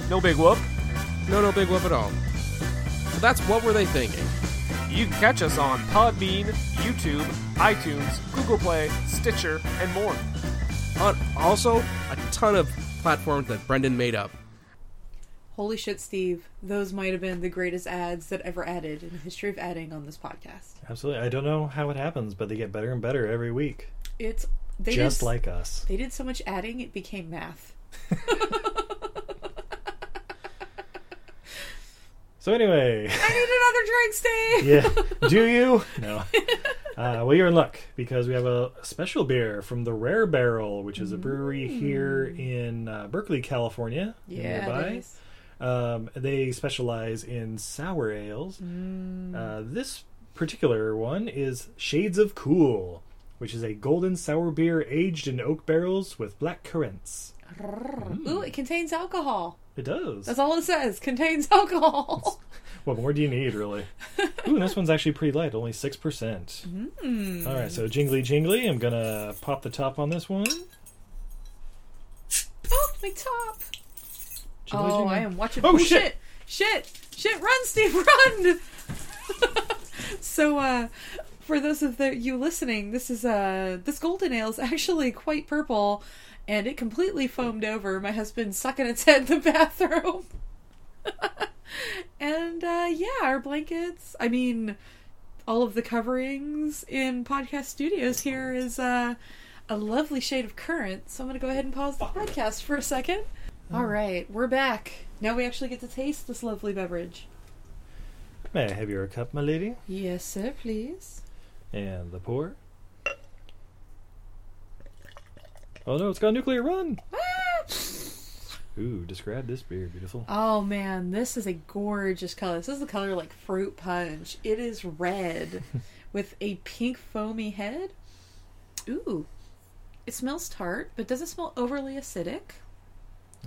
Speaker 14: No big whoop.
Speaker 15: No, no big whoop at all. So that's what were they thinking?
Speaker 14: You can catch us on Podbean, YouTube, iTunes, Google Play, Stitcher, and more.
Speaker 15: On Uh, also a ton of platforms that Brendan made up.
Speaker 9: Holy shit, Steve. Those might have been the greatest ads that ever added in the history of adding on this podcast.
Speaker 8: Absolutely. I don't know how it happens, but they get better and better every week.
Speaker 9: It's they
Speaker 8: Just
Speaker 9: did-
Speaker 8: like us.
Speaker 9: They did so much adding, it became math.
Speaker 8: So anyway,
Speaker 9: I need
Speaker 8: yeah.
Speaker 9: another drink, Steve.
Speaker 8: Do you? No. Uh, well, you're in luck because we have a special beer from the Rare Barrel, which is a brewery here in uh, Berkeley, California.
Speaker 9: Mm. Yeah, it is.
Speaker 8: Um, they specialize in sour ales.
Speaker 9: Mm.
Speaker 8: Uh, this particular one is Shades of Cool, which is a golden sour beer aged in oak barrels with black currants.
Speaker 9: Ooh, it contains alcohol.
Speaker 8: It does.
Speaker 9: That's all it says. Contains alcohol.
Speaker 8: What more do you need, really? Ooh, this one's actually pretty light, only 6%.
Speaker 9: Mm.
Speaker 8: All right, so jingly jingly, I'm gonna pop the top on this one.
Speaker 9: Oh, my top.
Speaker 8: Jingly,
Speaker 9: oh,
Speaker 8: jingly.
Speaker 9: I am watching.
Speaker 8: Oh,
Speaker 9: shit! Shit! Shit! Run, Steve! Run! so, uh, for those of the, you listening, this is uh, this golden ale is actually quite purple, and it completely foamed over. My husband sucking its head in the bathroom. and uh, yeah, our blankets. I mean, all of the coverings in podcast studios here is uh, a lovely shade of currant. So I'm going to go ahead and pause the podcast for a second. All right, we're back. Now we actually get to taste this lovely beverage.
Speaker 8: May I have your cup, my lady?
Speaker 9: Yes, sir, please.
Speaker 8: And the pour. Oh no, it's got nuclear run! Ah! Ooh, describe this beer, beautiful.
Speaker 9: Oh man, this is a gorgeous color. This is the color like fruit punch. It is red with a pink foamy head. Ooh. It smells tart, but doesn't smell overly acidic.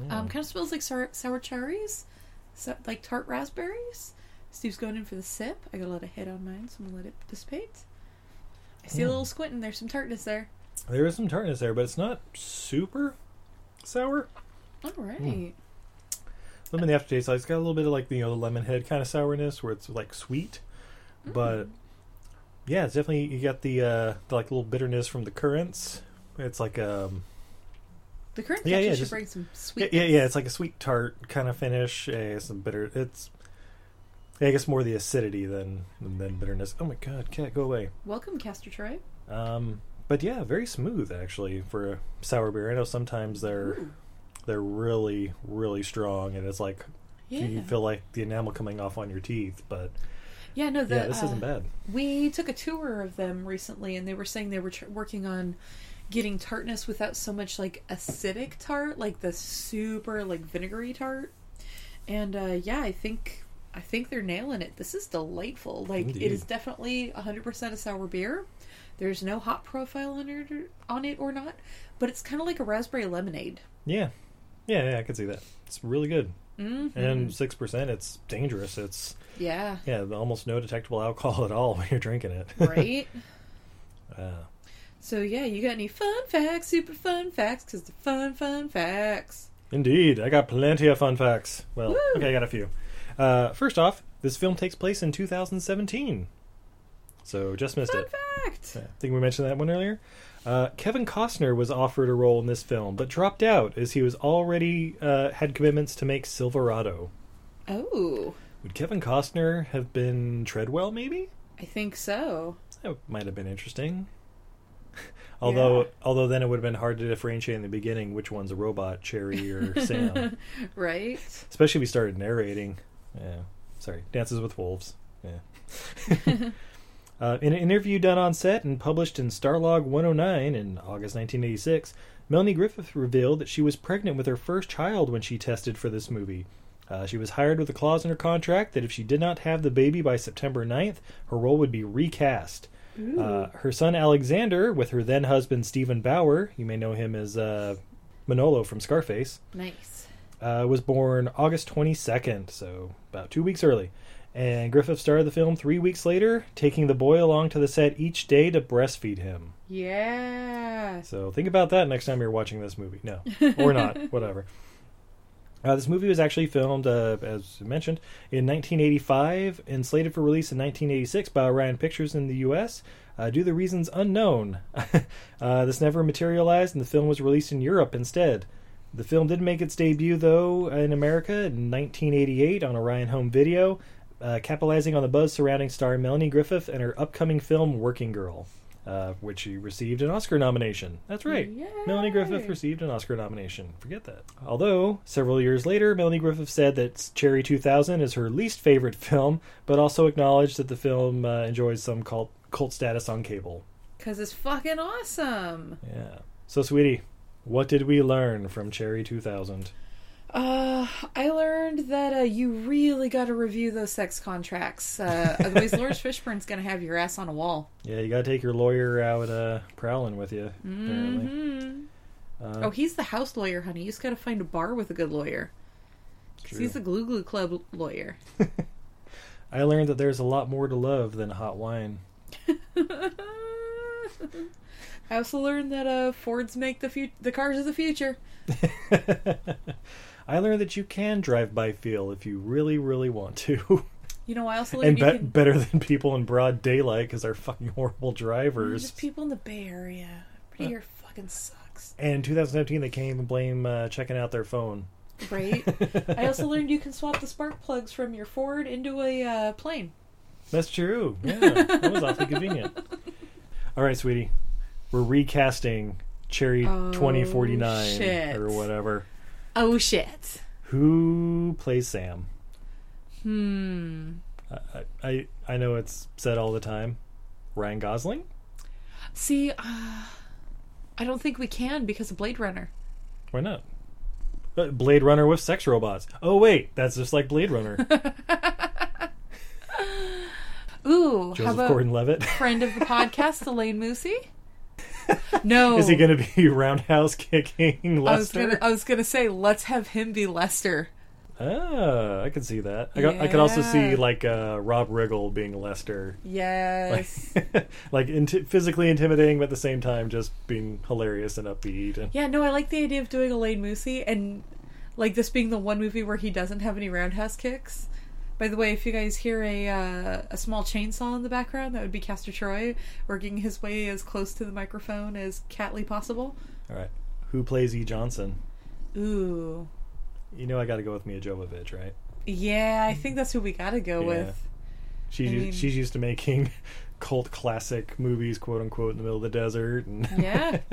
Speaker 9: Um, kind of smells like sour, sour cherries, so, like tart raspberries. Steve's going in for the sip. I got a lot of head on mine, so I'm gonna let it dissipate. I see a little squint in there, some tartness there.
Speaker 8: There is some tartness there, but it's not super sour.
Speaker 9: All right.
Speaker 8: Hmm. Lemon the aftertaste, like, it's got a little bit of like you know the lemon head kind of sourness where it's like sweet, but yeah, it's definitely you got the uh the like little bitterness from the currants. It's like um
Speaker 9: The currant
Speaker 8: yeah
Speaker 9: actually
Speaker 8: yeah
Speaker 9: should
Speaker 8: just-
Speaker 9: bring some
Speaker 8: yeah,
Speaker 9: sweet.
Speaker 8: yeah yeah it's like a sweet tart kind of finish. Yeah, some bitter. It's yeah, I guess more the acidity than than bitterness. Oh my god, cat, go away.
Speaker 9: Welcome, Castor Troy.
Speaker 8: Um, but yeah, very smooth actually for a sour beer. I know sometimes they're they're really really strong, and it's like
Speaker 9: Yeah.
Speaker 8: you feel like the enamel coming off on your teeth. But
Speaker 9: Yeah, no, the,
Speaker 8: yeah, this
Speaker 9: uh,
Speaker 8: isn't bad.
Speaker 9: We took a tour of them recently, and they were saying they were tr- working on getting tartness without so much like acidic tart, like the super like vinegary tart. And uh, yeah, I think I think they're nailing it. This is delightful. Like it is
Speaker 8: Indeed.
Speaker 9: definitely 100% a sour beer. There's no hot profile on it or, on it or not, but it's kind of like a raspberry lemonade.
Speaker 8: Yeah, yeah, yeah, I can see that. It's really good.
Speaker 9: Mhm.
Speaker 8: And six percent, it's dangerous. It's
Speaker 9: Yeah.
Speaker 8: yeah, almost no detectable alcohol at all when you're drinking it.
Speaker 9: Right?
Speaker 8: uh,
Speaker 9: so yeah, you got any fun facts, super fun facts cuz the fun fun facts.
Speaker 8: Indeed, I got plenty of fun facts. Well,
Speaker 9: Woo!
Speaker 8: okay, I got a few. Uh, first off, this film takes place in 2017, so just missed it.
Speaker 9: Fact.
Speaker 8: I think we mentioned that one earlier. Uh, Kevin Costner was offered a role in this film, but dropped out as he was already uh, had commitments to make Silverado.
Speaker 9: Oh.
Speaker 8: Would Kevin Costner have been Treadwell? Maybe
Speaker 9: I think so.
Speaker 8: that might have been interesting. although, although then it would have been hard to differentiate in the beginning which one's a robot, Cherry or Sam.
Speaker 9: right?
Speaker 8: especially if we started narrating. Yeah, sorry, Dances with Wolves. Yeah. uh, in an interview done on set and published in Starlog 109 in August 1986, Melanie Griffith revealed that she was pregnant with her first child when she tested for this movie. Uh, she was hired with a clause in her contract that if she did not have the baby by September 9th, her role would be recast. Uh, her son Alexander, with her then husband Stephen Bauer, you may know him as uh, Manolo from Scarface,
Speaker 9: Nice.
Speaker 8: uh, was born August 22nd, so about two weeks early. And Griffith started the film three weeks later, taking the boy along to the set each day to breastfeed him.
Speaker 9: Yeah.
Speaker 8: So think about that next time you're watching this movie. No, or not, whatever. Uh, this movie was actually filmed, uh, as mentioned, in 1985 and slated for release in 1986 by Orion Pictures in the U.S. Uh, due to reasons unknown, uh, this never materialized, and the film was released in Europe instead. The film did make its debut, though, in America in 1988 on Orion Home Video, uh, capitalizing on the buzz surrounding star Melanie Griffith and her upcoming film Working Girl, uh, which she received an Oscar nomination. That's right. Melanie Griffith received an Oscar nomination. Forget that. Although, several years later, Melanie Griffith said that Cherry 2000 is her least favorite film, but also acknowledged that the film uh, enjoys some cult, cult status on cable.
Speaker 9: Because it's fucking awesome.
Speaker 8: Yeah. So, sweetie, what did we learn from Cherry 2000?
Speaker 9: Uh, I learned that uh, you really got to review those sex contracts. Uh, otherwise, Lawrence Fishburne's going to have your ass on a wall.
Speaker 8: Yeah, you got to take your lawyer out uh, prowling with you, apparently.
Speaker 9: hmm
Speaker 8: Uh,
Speaker 9: oh, he's the house lawyer, honey. You just got to find a bar with a good lawyer. 'Cause
Speaker 8: True.
Speaker 9: He's the Glue Glue Club lawyer.
Speaker 8: I learned that there's a lot more to love than hot wine.
Speaker 9: I also learned that uh, Fords make the fut the cars of the future.
Speaker 8: I learned that you can drive by feel if you really, really want to.
Speaker 9: You know, I also learned
Speaker 8: and
Speaker 9: you
Speaker 8: bet
Speaker 9: can-
Speaker 8: better than people in broad daylight because they're fucking horrible drivers.
Speaker 9: Just people in the Bay Area. Pretty air fucking sucks,
Speaker 8: And in 2017, they came and blame uh, checking out their phone.
Speaker 9: right? I also learned you can swap the spark plugs from your Ford into a uh, plane.
Speaker 8: That's true. Yeah, that was awfully convenient. All right, sweetie, we're recasting Cherry
Speaker 9: Oh,
Speaker 8: 2049
Speaker 9: shit.
Speaker 8: or whatever.
Speaker 9: Oh shit.
Speaker 8: Who plays Sam?
Speaker 9: Hmm.
Speaker 8: I, I I know it's said all the time. Ryan Gosling.
Speaker 9: See, uh, I don't think we can because of Blade Runner.
Speaker 8: Why not? Uh, Blade Runner with sex robots. Oh wait, that's just like Blade Runner.
Speaker 9: Ooh, how
Speaker 8: Joseph
Speaker 9: about
Speaker 8: Gordon-Levitt.
Speaker 9: friend of the podcast, Elaine Moosey? No,
Speaker 8: Is he going to be roundhouse kicking
Speaker 9: Oh. I was
Speaker 8: Lester?
Speaker 9: gonna, I was gonna say, let's have him be Lester.
Speaker 8: Ah, I can see that. I, got, I could also see
Speaker 9: Yeah.
Speaker 8: like uh, Rob Riggle being Lester.
Speaker 9: Yes.
Speaker 8: Like, like inti- physically intimidating, but at the same time just being hilarious and upbeat. And
Speaker 9: yeah, no, I like the idea of doing Elaine Moosey and like this being the one movie where he doesn't have any roundhouse kicks. By the way, if you guys hear a uh, a small chainsaw in the background, that would be Castor Troy working his way as close to the microphone as catly possible.
Speaker 8: All right, who plays E. Johnson?
Speaker 9: Ooh,
Speaker 8: You know I got to go with Mia Jovovich, right?
Speaker 9: yeah, I think that's who we gotta go
Speaker 8: Yeah.
Speaker 9: with.
Speaker 8: She's
Speaker 9: I
Speaker 8: u-
Speaker 9: mean-
Speaker 8: she's used to making cult classic movies, quote unquote, in the middle of the desert. And
Speaker 9: Yeah.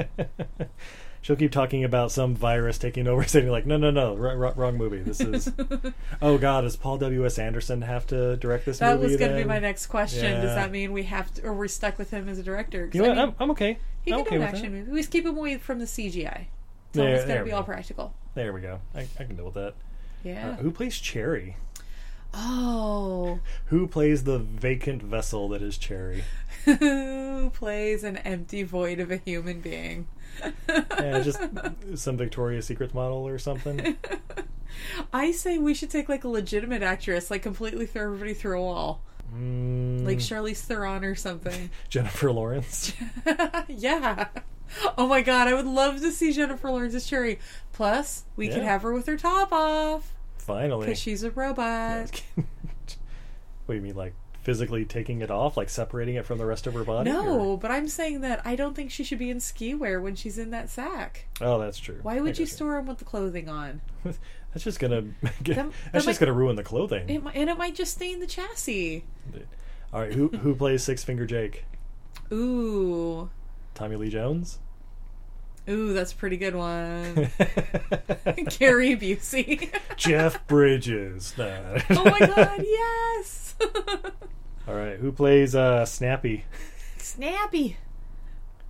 Speaker 8: she'll keep talking about some virus taking over, saying like, "No, no, no, r- r- wrong movie. This is." oh God, does Paul W. S. Anderson have to direct this
Speaker 9: That
Speaker 8: movie?
Speaker 9: was going to be
Speaker 8: then?
Speaker 9: my next question.
Speaker 8: Yeah.
Speaker 9: Does that mean we have to, or we're stuck with him as a director? 'Cause
Speaker 8: You know
Speaker 9: I
Speaker 8: what?
Speaker 9: mean,
Speaker 8: I'm, I'm okay.
Speaker 9: He
Speaker 8: I'm
Speaker 9: can
Speaker 8: okay
Speaker 9: do an
Speaker 8: with
Speaker 9: action
Speaker 8: that.
Speaker 9: movie. We just keep him away from the CGI. It's
Speaker 8: There-
Speaker 9: always going
Speaker 8: there
Speaker 9: to be
Speaker 8: we
Speaker 9: all
Speaker 8: go.
Speaker 9: practical.
Speaker 8: There we go. I, I can deal with that.
Speaker 9: Yeah.
Speaker 8: Uh, who plays Cherry?
Speaker 9: Oh,
Speaker 8: Who plays the vacant vessel that is Cherry?
Speaker 9: who plays an empty void of a human being?
Speaker 8: Yeah, just some Victoria's Secret model or something.
Speaker 9: I say we should take like a legitimate actress, like completely throw everybody through a wall,
Speaker 8: Mm,
Speaker 9: like Charlize Theron or something.
Speaker 8: Jennifer Lawrence.
Speaker 9: yeah. Oh my god, I would love to see Jennifer Lawrence as Cherry. Plus, we could
Speaker 8: Yeah.
Speaker 9: have her with her top off
Speaker 8: Finally.
Speaker 9: because she's a robot.
Speaker 8: What do you mean, like physically taking it off, like separating it from the rest of her body? or-
Speaker 9: No, but I'm saying that I don't think she should be in ski wear when she's in that sack.
Speaker 8: Oh, that's true.
Speaker 9: Why
Speaker 8: I
Speaker 9: would you
Speaker 8: guess.
Speaker 9: store him with the clothing on?
Speaker 8: That's just gonna. Get,
Speaker 9: That- that
Speaker 8: that's just
Speaker 9: might-
Speaker 8: gonna ruin the clothing.
Speaker 9: It, mi- and it might just stain the chassis.
Speaker 8: All right, who who plays Six Finger Jake?
Speaker 9: Ooh.
Speaker 8: Tommy Lee Jones.
Speaker 9: Ooh, that's a pretty good one. Carrie Busey.
Speaker 8: Jeff Bridges. No.
Speaker 9: oh my god, yes!
Speaker 8: All right, who plays uh, Snappy?
Speaker 9: Snappy.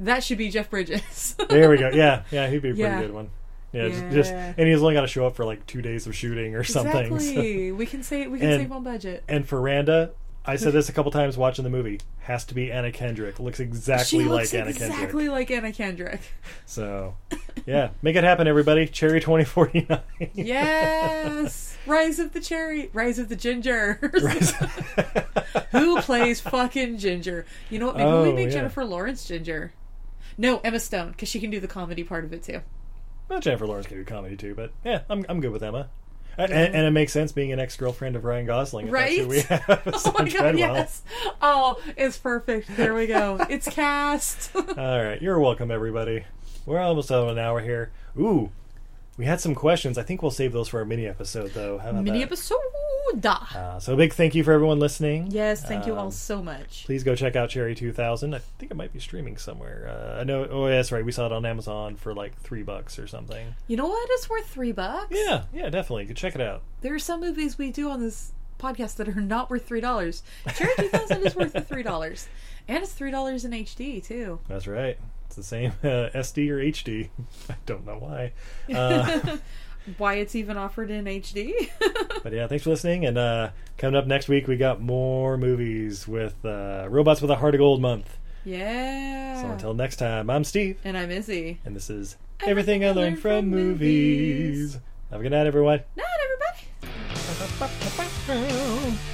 Speaker 9: That should be Jeff Bridges.
Speaker 8: There we go. Yeah, yeah, he'd be a pretty
Speaker 9: Yeah.
Speaker 8: good one. Yeah, Just,
Speaker 9: Yeah.
Speaker 8: just and he's only got to show up for like two days of shooting or something. so-
Speaker 9: Exactly. We can say we can
Speaker 8: And-
Speaker 9: save on budget.
Speaker 8: And for Randa, I said this a couple times watching the movie. Has to be Anna Kendrick. Looks exactly
Speaker 9: she looks
Speaker 8: like Anna
Speaker 9: exactly
Speaker 8: Kendrick.
Speaker 9: like Anna Kendrick.
Speaker 8: So, yeah, make it happen, everybody. Cherry 2049.
Speaker 9: Yes, Rise of the Cherry, Rise of the Ginger. Who plays fucking Ginger? You know what? Maybe we
Speaker 8: Oh,
Speaker 9: make
Speaker 8: yeah.
Speaker 9: Jennifer Lawrence Ginger. No, Emma Stone, because she can do the comedy part of it too.
Speaker 8: Well, Jennifer Lawrence can do comedy too, but yeah, I'm I'm good with Emma. And, and it makes sense being an ex girlfriend of Ryan Gosling. if That's who
Speaker 9: Right?
Speaker 8: we have.
Speaker 9: Oh my
Speaker 8: Sam
Speaker 9: god,
Speaker 8: Treadwell.
Speaker 9: yes. Oh, it's perfect. There we go. It's cast.
Speaker 8: All right, you're welcome, everybody. We're almost out of an hour here. Ooh, we had some questions. I think we'll save those for our mini episode, though. How about
Speaker 9: Mini
Speaker 8: that?
Speaker 9: episode. Ah,
Speaker 8: Uh, so, a big thank you for everyone listening.
Speaker 9: Yes, thank you
Speaker 8: Um,
Speaker 9: all so much.
Speaker 8: Please go check out Cherry 2000. I think it might be streaming somewhere. Uh, I know. Oh, yeah, that's right. We saw it on Amazon for like three bucks or something.
Speaker 9: You know what? It's worth three bucks.
Speaker 8: Yeah, yeah, definitely. Go check it out.
Speaker 9: There are some movies we do on this podcast that are not worth three dollars. Cherry two thousand is worth the three dollars, and it's three dollars in HD too.
Speaker 8: That's right. It's the same uh, SD or HD. I don't know why. Uh,
Speaker 9: Why it's even offered in HD?
Speaker 8: but yeah, thanks for listening. And uh, coming up next week, we got more movies with uh, Robots with a Heart of Gold month.
Speaker 9: yeah.
Speaker 8: So until next time, I'm Steve,
Speaker 9: and I'm Izzy.
Speaker 8: and this is Everything, Ah. I Learned from, movies. Have a good night, everyone.
Speaker 9: Not everybody.